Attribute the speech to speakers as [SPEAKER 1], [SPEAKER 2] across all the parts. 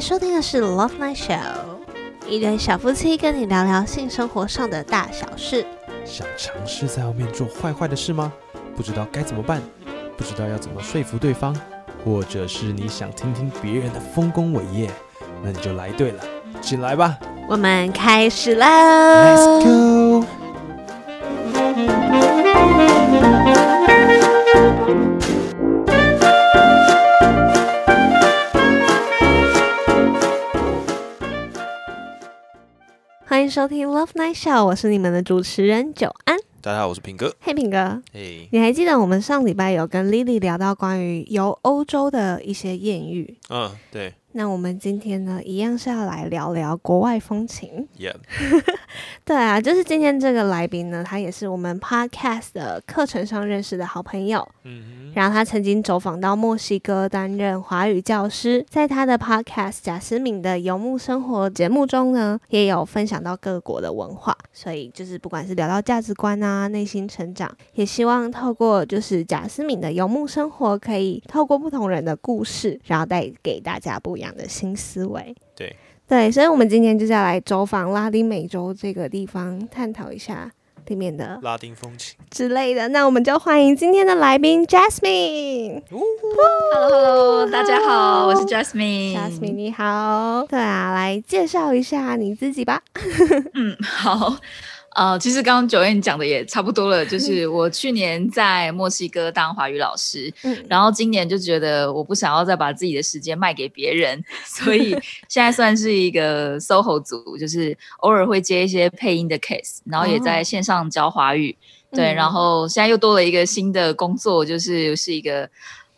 [SPEAKER 1] 收听的是《Love Night Show》，一对小夫妻跟你聊聊性生活上的大小事。
[SPEAKER 2] 想尝试在外面做坏坏的事吗？不知道该怎么办，不知道要怎么说服对方，或者是你想听听别人的丰功伟业，那你就来对了，进来吧
[SPEAKER 1] 我们开始喽
[SPEAKER 3] 啊
[SPEAKER 2] ，Let's go。
[SPEAKER 1] 欢迎收听《Love Night Show》，我是你们的主持人久安。
[SPEAKER 2] 大家好，我是平哥。
[SPEAKER 1] 嘿，平哥，
[SPEAKER 2] 嘿，
[SPEAKER 1] 你还记得我们上礼拜有跟 Lily 聊到关于游欧洲的一些艳遇？
[SPEAKER 2] 嗯，对
[SPEAKER 1] 那我们今天呢，一样是要来聊聊国外风情。
[SPEAKER 2] ，Yeah，
[SPEAKER 1] 对啊，就是今天这个来宾呢，他也是我们 podcast 的课程上认识的好朋友。
[SPEAKER 2] 嗯
[SPEAKER 1] 然后他曾经走访到墨西哥担任华语教师，在他的 podcast《贾斯敏的游牧生活》节目中呢，也有分享到各国的文化，所以就是不管是聊到价值观啊、内心成长，也希望透过就是贾斯敏的游牧生活，可以透过不同人的故事，然后带给大家不一样的新思维。
[SPEAKER 2] 对
[SPEAKER 1] 对，所以我们今天就是要来走访拉丁美洲这个地方，探讨一下里面的
[SPEAKER 2] 拉丁风情。
[SPEAKER 1] 之类的。那我们就欢迎今天的来宾 Jasmine。
[SPEAKER 2] 哦
[SPEAKER 3] Hello Hello，大家好，我是 Jasmine。
[SPEAKER 1] Jasmine 你好，对啊，来介绍一下你自己吧。
[SPEAKER 3] 嗯，好。呃，其实刚刚九燕讲的也差不多
[SPEAKER 1] 嗯
[SPEAKER 3] 了，就是我去年在墨西哥当华语老师，
[SPEAKER 1] 嗯，
[SPEAKER 3] 然后今年就觉得我不想要再把自己的时间卖给 别人，所以现在算是一个 SOHO 组，就是偶尔会接一些配音的 case，然后也在线上教华语。对，
[SPEAKER 1] 嗯
[SPEAKER 3] 然后现在又多了一个新的工作，就是是一个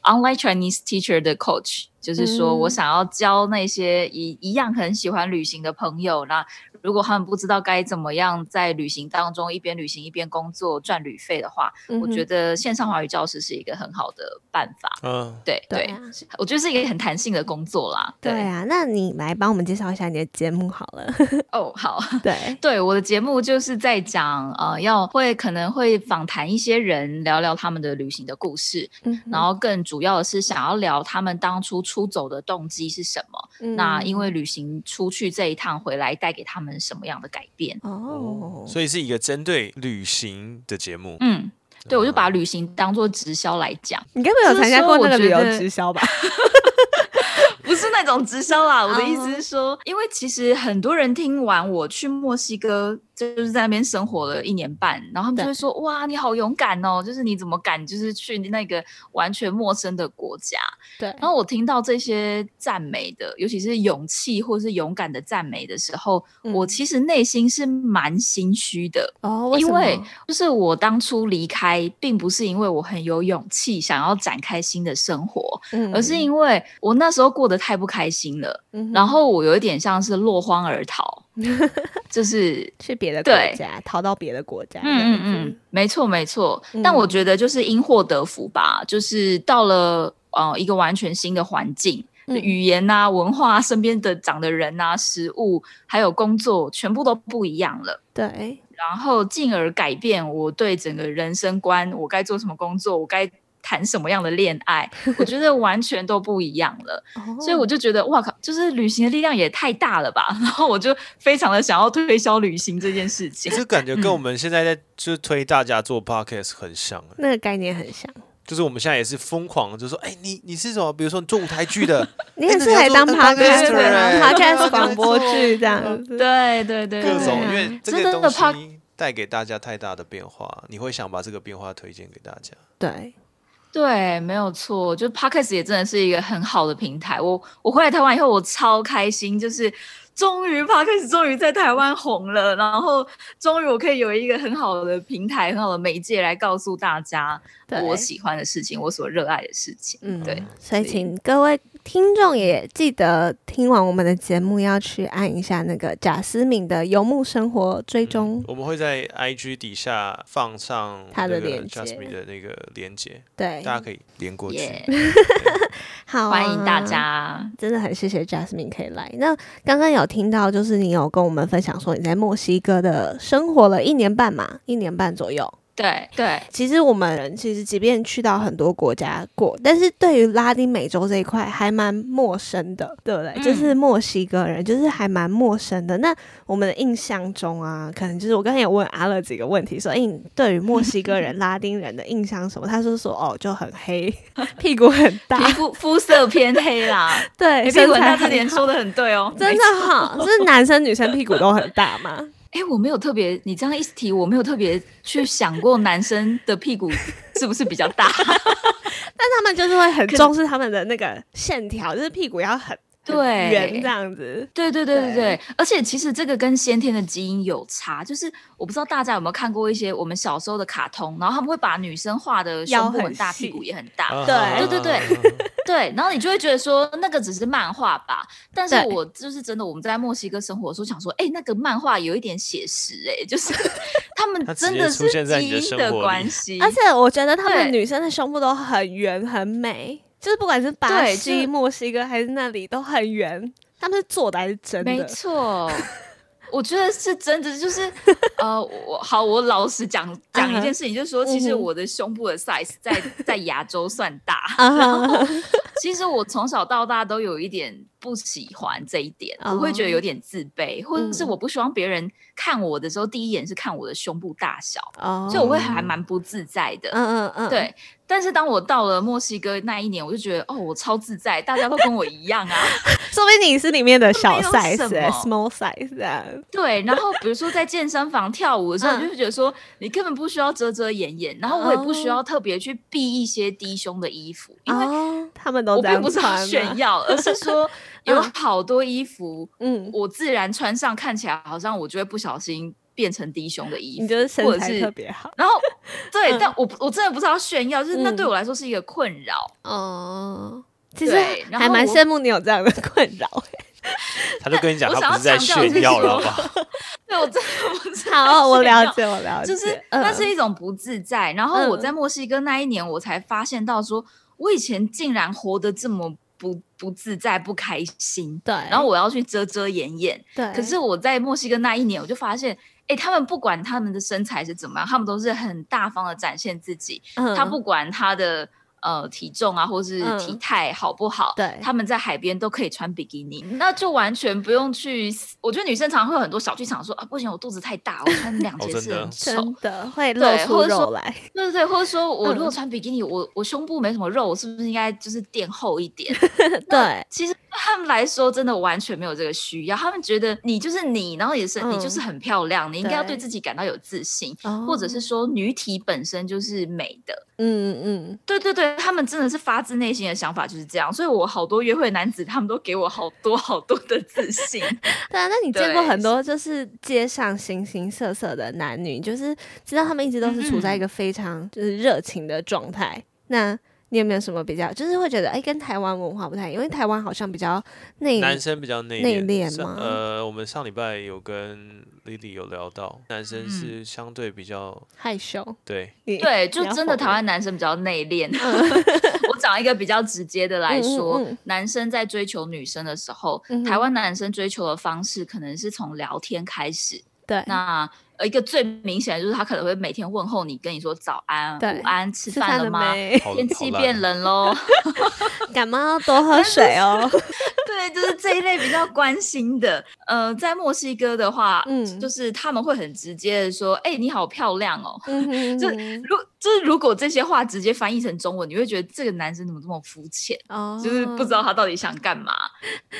[SPEAKER 3] online Chinese teacher 的 coach，就是说
[SPEAKER 1] 嗯
[SPEAKER 3] 我想要教那些一一样很喜欢旅行的朋友，那如果他们不知道该怎么样在旅行当中一边旅行一边工作赚旅费的话，我觉
[SPEAKER 1] 得
[SPEAKER 3] 得线上华语教室是一个很好的办法。
[SPEAKER 2] 嗯，
[SPEAKER 3] 对
[SPEAKER 1] 对
[SPEAKER 3] 对，
[SPEAKER 1] 啊，
[SPEAKER 3] 我觉得是一个很弹性的工作啦。
[SPEAKER 1] 对啊，那你来帮我们介绍一下你的节目好 了。
[SPEAKER 3] 哦，好。
[SPEAKER 1] 对，
[SPEAKER 3] 对，我的节目就是在讲，呃，要会可能会访谈一些人，聊聊他们的旅行的故事，
[SPEAKER 1] 嗯哼
[SPEAKER 3] 然后更主要的是想要聊他们当初出走的动机是什么。
[SPEAKER 1] 嗯
[SPEAKER 3] 那因为旅行出去这一趟回来，带给他们什么样的改变？
[SPEAKER 1] 哦，
[SPEAKER 4] 嗯所以是一个针对旅行的节目。
[SPEAKER 3] 嗯，对，我就把旅行当做直销来讲，
[SPEAKER 1] 你该不会有参加过那个旅游
[SPEAKER 3] 就是说我觉得
[SPEAKER 1] 直销吧？
[SPEAKER 3] 不是那种直销啦。我的意
[SPEAKER 1] 哦
[SPEAKER 3] 思是说，因为其实很多人听完我去墨西哥，就是在那边生活了一年半，然后他们就
[SPEAKER 1] 对
[SPEAKER 3] 会说：“哇，你好勇敢哦！就是你怎么敢，就是去那个完全陌生的国家？”
[SPEAKER 1] 对，
[SPEAKER 3] 然后我听到这些赞美的，尤其是勇气或是勇敢的赞美的时候，
[SPEAKER 1] 嗯
[SPEAKER 3] 我其实内心是蛮心虚的。
[SPEAKER 1] 哦，什
[SPEAKER 3] 因
[SPEAKER 1] 么
[SPEAKER 3] 为就是我当初离开，并不是因为我很有勇气想要展开新的生活，
[SPEAKER 1] 嗯
[SPEAKER 3] 而是因为我那时候过得太不开心了，
[SPEAKER 1] 嗯哼
[SPEAKER 3] 然后我有一点像是落荒而逃， 就是
[SPEAKER 1] 去别的
[SPEAKER 3] 对
[SPEAKER 1] 国家，逃到别的国家，
[SPEAKER 3] 嗯嗯嗯，，没错没错。但我
[SPEAKER 1] 嗯
[SPEAKER 3] 觉得就是因祸得福吧，就是到了呃一个完全新的环境，
[SPEAKER 1] 嗯
[SPEAKER 3] 语言啊、文化啊、身边的长的人啊、食物，还有工作，全部都不一样了。
[SPEAKER 1] 对，
[SPEAKER 3] 然后进而改变我对整个人生观，我该做什么工作，我该谈什么样的恋爱，我觉得完全都不一样了。所以我
[SPEAKER 1] 就
[SPEAKER 3] 就觉得，哇靠，就是旅行的力量也太大了吧！然后我就非常的想要推销旅行嗯这件 事情。
[SPEAKER 4] 这感觉跟我们现在在就是推大家做 podcast 很像、欸，
[SPEAKER 1] 那个概念很像。
[SPEAKER 4] 就是我们现在也是疯狂地就说，哎、你你是什么？比如说你做舞台剧的，
[SPEAKER 1] 你也是来当 podcast
[SPEAKER 4] podcaster，
[SPEAKER 1] 的啊
[SPEAKER 4] 哎
[SPEAKER 1] podcast 广播剧这样子，
[SPEAKER 3] 嗯对对对，
[SPEAKER 4] 各
[SPEAKER 3] 对
[SPEAKER 4] 种，
[SPEAKER 1] 啊
[SPEAKER 4] 因为这
[SPEAKER 3] 真的
[SPEAKER 4] 个东
[SPEAKER 3] pod-
[SPEAKER 4] 西带给大家太大的变化，你会想把这个变化推荐给大家。
[SPEAKER 1] 对，
[SPEAKER 3] 对，没有错，就是 podcast 也真的是一个很好的平台。我我回来台湾以后，我超开心，就是终于 podcast 终于在台湾红了，然后终于我可以有一个很好的平台、很好的媒介来告诉大家
[SPEAKER 1] 对
[SPEAKER 3] 我喜欢的事情、我所热爱的事情。
[SPEAKER 1] 嗯，
[SPEAKER 3] 对，
[SPEAKER 1] 所以
[SPEAKER 3] 所以
[SPEAKER 1] 请各位听众也记得听完我们的节目要去按一下那个贾斯敏的游牧生活追踪，
[SPEAKER 4] 我们会在 IG 底下放上
[SPEAKER 1] 它的
[SPEAKER 4] 那个
[SPEAKER 1] 链接哎
[SPEAKER 4] Jasmine 的那个连接，
[SPEAKER 1] 对，
[SPEAKER 4] 大家可以连过去。
[SPEAKER 3] 耶、
[SPEAKER 1] 好、啊
[SPEAKER 3] 欢迎大。家。
[SPEAKER 1] 真的很谢谢 Jasmine 可以来。那刚刚有听到，就是你有跟我们分享说你在墨西哥的生活了一年半嘛，一年半左右。
[SPEAKER 3] 对对，
[SPEAKER 1] 其实我们人其实即便去到很多国家过，但是对于拉丁美洲这一块还蛮陌生的，对不对？
[SPEAKER 3] 嗯
[SPEAKER 1] 就是墨西哥人，就是还蛮陌生的。那我们的印象中啊，可能就是我刚才有问阿乐几个问题，说，哎，你对于墨西哥人、拉丁人的印象是什么？他说说哦，就很 黑，屁股很大，
[SPEAKER 3] 皮肤肤色偏黑啦。
[SPEAKER 1] 对，
[SPEAKER 3] 哎屁
[SPEAKER 1] 身
[SPEAKER 3] 股很
[SPEAKER 1] 材
[SPEAKER 3] 大这
[SPEAKER 1] 很
[SPEAKER 3] 点说的很对哦，
[SPEAKER 1] 真
[SPEAKER 3] 没
[SPEAKER 1] 的
[SPEAKER 3] 错
[SPEAKER 1] 哈，是男生女生屁股都很大吗？
[SPEAKER 3] 哎、我没有特别，你这样一提，我没有特别去想过男生的屁股是不是比较大。
[SPEAKER 1] 但他们就是会很
[SPEAKER 3] 可
[SPEAKER 1] 重视他们的那个线条，就是屁股要很很
[SPEAKER 3] 对
[SPEAKER 1] 圆这样子。
[SPEAKER 3] 对对对
[SPEAKER 1] 对
[SPEAKER 3] 对对，而且其实这个跟先天的基因有差，就是我不知道大家有没有看过一些我们小时候的卡通，然后他们会把女生画的
[SPEAKER 1] 腰
[SPEAKER 3] 胸部
[SPEAKER 1] 很
[SPEAKER 3] 很大，
[SPEAKER 1] 细
[SPEAKER 3] 屁股也很大，
[SPEAKER 4] 啊
[SPEAKER 1] 对
[SPEAKER 3] 对对
[SPEAKER 4] 对，
[SPEAKER 3] 对，然后你就会觉得说那个只是漫画吧，但是
[SPEAKER 1] 对
[SPEAKER 3] 我就是真的，我们在墨西哥生活的时候想说，哎，那个漫画有一点写实、哎，就是 他们
[SPEAKER 4] 它直
[SPEAKER 3] 真
[SPEAKER 4] 接
[SPEAKER 3] 的
[SPEAKER 4] 出
[SPEAKER 3] 是
[SPEAKER 4] 现在你
[SPEAKER 3] 基
[SPEAKER 4] 的
[SPEAKER 3] 因
[SPEAKER 4] 生
[SPEAKER 3] 的
[SPEAKER 4] 活里
[SPEAKER 3] 关系，
[SPEAKER 1] 而且我觉得他们
[SPEAKER 3] 对
[SPEAKER 1] 女生的胸部都很圆很美，就是不管是巴
[SPEAKER 3] 对
[SPEAKER 1] 西、
[SPEAKER 3] 就
[SPEAKER 1] 墨西哥还是那里都很圆，他们是做的还是真
[SPEAKER 3] 没
[SPEAKER 1] 的？
[SPEAKER 3] 错。我觉得是真的，就是 呃，我好，我老实讲讲一件事情，就是说，其
[SPEAKER 1] 嗯
[SPEAKER 3] 实
[SPEAKER 1] 哼
[SPEAKER 3] 我的胸部的 size 在在亚洲算大，
[SPEAKER 1] 啊哈，
[SPEAKER 3] 其实我从小到大都有一点不喜欢这一点，我会觉得有点自卑，或者是
[SPEAKER 1] 哦嗯
[SPEAKER 3] 我不希望别人看我的时候，第一眼是看我的胸部大小，
[SPEAKER 1] 哦
[SPEAKER 3] 所以我会还蛮不自在的。
[SPEAKER 1] 嗯嗯嗯，
[SPEAKER 3] 对，但是当我到了墨西哥那一年，我就觉得哦，我超自在，大家都跟我一样啊。
[SPEAKER 1] 说不定你是里面的小
[SPEAKER 3] 没有
[SPEAKER 1] size、
[SPEAKER 3] 什
[SPEAKER 1] 欸、small
[SPEAKER 3] 么
[SPEAKER 1] size 啊，
[SPEAKER 3] 对，然后比如说在健身房跳舞的时候，
[SPEAKER 1] 嗯
[SPEAKER 3] 你就会觉得说你根本不需要遮遮掩掩，然后我也不需要特别去避一些低胸的衣服，因为
[SPEAKER 1] 哦，他们都
[SPEAKER 3] 我
[SPEAKER 1] 这样
[SPEAKER 3] 并不是要
[SPEAKER 1] 穿啊
[SPEAKER 3] 炫
[SPEAKER 1] 嘛，
[SPEAKER 3] 耀，而是说有
[SPEAKER 1] 嗯
[SPEAKER 3] 好多衣服
[SPEAKER 1] 嗯，
[SPEAKER 3] 我自然穿上，看起来好像我就会不小心变成低胸的衣服，
[SPEAKER 1] 你就是
[SPEAKER 3] 或
[SPEAKER 1] 身
[SPEAKER 3] 者
[SPEAKER 1] 材
[SPEAKER 3] 是
[SPEAKER 1] 特别好
[SPEAKER 3] 然后对，
[SPEAKER 1] 嗯
[SPEAKER 3] 但我不我真的不是要炫耀，就是那
[SPEAKER 1] 嗯
[SPEAKER 3] 对我来说是一个困扰。
[SPEAKER 1] 哦。其实
[SPEAKER 3] 对然
[SPEAKER 1] 还
[SPEAKER 3] 后
[SPEAKER 1] 蛮
[SPEAKER 3] 我
[SPEAKER 1] 羡慕你有这样的困 扰。
[SPEAKER 4] 他就跟你讲，
[SPEAKER 3] 我
[SPEAKER 4] 他
[SPEAKER 3] 想
[SPEAKER 4] 不
[SPEAKER 3] 要
[SPEAKER 4] 是在
[SPEAKER 3] 强调
[SPEAKER 4] 炫耀了，好
[SPEAKER 3] 这
[SPEAKER 4] 不
[SPEAKER 3] 个
[SPEAKER 4] 好？
[SPEAKER 3] 对我真的不是
[SPEAKER 1] 好， 我
[SPEAKER 3] 在炫耀
[SPEAKER 1] 了解，我了解，
[SPEAKER 3] 就是
[SPEAKER 1] 嗯
[SPEAKER 3] 那是一种不自在。然后我在墨西哥那一年，我才发现到说，我以前竟然活得这么不不自在、不开心。
[SPEAKER 1] 对，
[SPEAKER 3] 然后我要去遮遮掩掩，
[SPEAKER 1] 对，
[SPEAKER 3] 可是我在墨西哥那一年，我就发现，哎，他们不管他们的身材是怎么样，他们都是很大方的展现自己。
[SPEAKER 1] 他
[SPEAKER 3] 他不管他的呃体重啊，或是体
[SPEAKER 1] 嗯
[SPEAKER 3] 态好不好，
[SPEAKER 1] 对
[SPEAKER 3] 他们在海边都可以穿比基尼，那就完全不用去。我觉得女生常常会有很多小剧场说啊，不行，我肚子太大，我穿两
[SPEAKER 4] 哦
[SPEAKER 3] 节
[SPEAKER 4] 真
[SPEAKER 3] 是
[SPEAKER 4] 的
[SPEAKER 3] 很丑，
[SPEAKER 1] 真的会露
[SPEAKER 3] 对
[SPEAKER 1] 出
[SPEAKER 3] 或者说
[SPEAKER 1] 肉来，
[SPEAKER 3] 对对对，或者说我如果
[SPEAKER 1] 嗯
[SPEAKER 3] 穿比基尼，我我胸部没什么肉，我是不是应该就是垫厚一 点？
[SPEAKER 1] 对，
[SPEAKER 3] 其实对他们来说，真的完全没有这个需要，他们觉得你就是你，然后也是、你就是
[SPEAKER 1] 嗯
[SPEAKER 3] 很漂亮，你应该要
[SPEAKER 1] 对
[SPEAKER 3] 对自己感到有自信。
[SPEAKER 1] 或
[SPEAKER 3] 或者是说，女体本身就是美的，
[SPEAKER 1] 哦嗯嗯
[SPEAKER 3] 对对对，他们真的是发自内心的想法就是这样，所以我好多约会男子，他们都给我好多好多的自信。
[SPEAKER 1] 嗯，对啊，那你见过
[SPEAKER 3] 对
[SPEAKER 1] 很多就是街上形形色色的男女，就是知道他们一直都是处
[SPEAKER 3] 嗯
[SPEAKER 1] 在一个非常就是热情的状态，那。你有没有什么比较，就是会觉得哎、跟台湾文化不太一样，因为台湾好像比较内
[SPEAKER 4] 男生比较内
[SPEAKER 1] 内
[SPEAKER 4] 敛
[SPEAKER 1] 敛
[SPEAKER 4] 上
[SPEAKER 1] 吗
[SPEAKER 4] 呃，我们上礼拜有跟 Lily 有聊到，男生是相对比较
[SPEAKER 1] 害羞。
[SPEAKER 4] 对，
[SPEAKER 1] 你
[SPEAKER 3] 对，就
[SPEAKER 1] 你要
[SPEAKER 3] 真的
[SPEAKER 1] 否
[SPEAKER 3] 台湾男生比较内敛。 我讲一个比较直接的来说，
[SPEAKER 1] 嗯嗯嗯
[SPEAKER 3] 男生在追求女生的时候，
[SPEAKER 1] 嗯哼
[SPEAKER 3] 台湾男生追求的方式可能是从聊天开始。
[SPEAKER 1] 对，
[SPEAKER 3] 那呃一个最明显的就是他可能会每天问候你，跟你说早安、
[SPEAKER 1] 对
[SPEAKER 3] 午安、吃
[SPEAKER 1] 吃
[SPEAKER 3] 饭
[SPEAKER 1] 饭
[SPEAKER 3] 了
[SPEAKER 1] 了
[SPEAKER 3] 吗？
[SPEAKER 1] 没？
[SPEAKER 4] 好
[SPEAKER 3] 天
[SPEAKER 4] 好
[SPEAKER 3] 气
[SPEAKER 4] 烂
[SPEAKER 3] 变
[SPEAKER 4] 哦
[SPEAKER 3] 冷喽，
[SPEAKER 1] 感冒要多喝水哦。
[SPEAKER 3] 对，就是这一类比较关心的。呃，在墨西哥的话，
[SPEAKER 1] 嗯
[SPEAKER 3] 就是他们会很直接的说：“哎、你好漂亮哦。”
[SPEAKER 1] 嗯哼
[SPEAKER 3] 就
[SPEAKER 1] 嗯
[SPEAKER 3] 如就是如果这些话直接翻译成中文，你会觉得这个男生怎么这么肤浅，
[SPEAKER 1] 哼哦，
[SPEAKER 3] 就是不知道他到底想干嘛。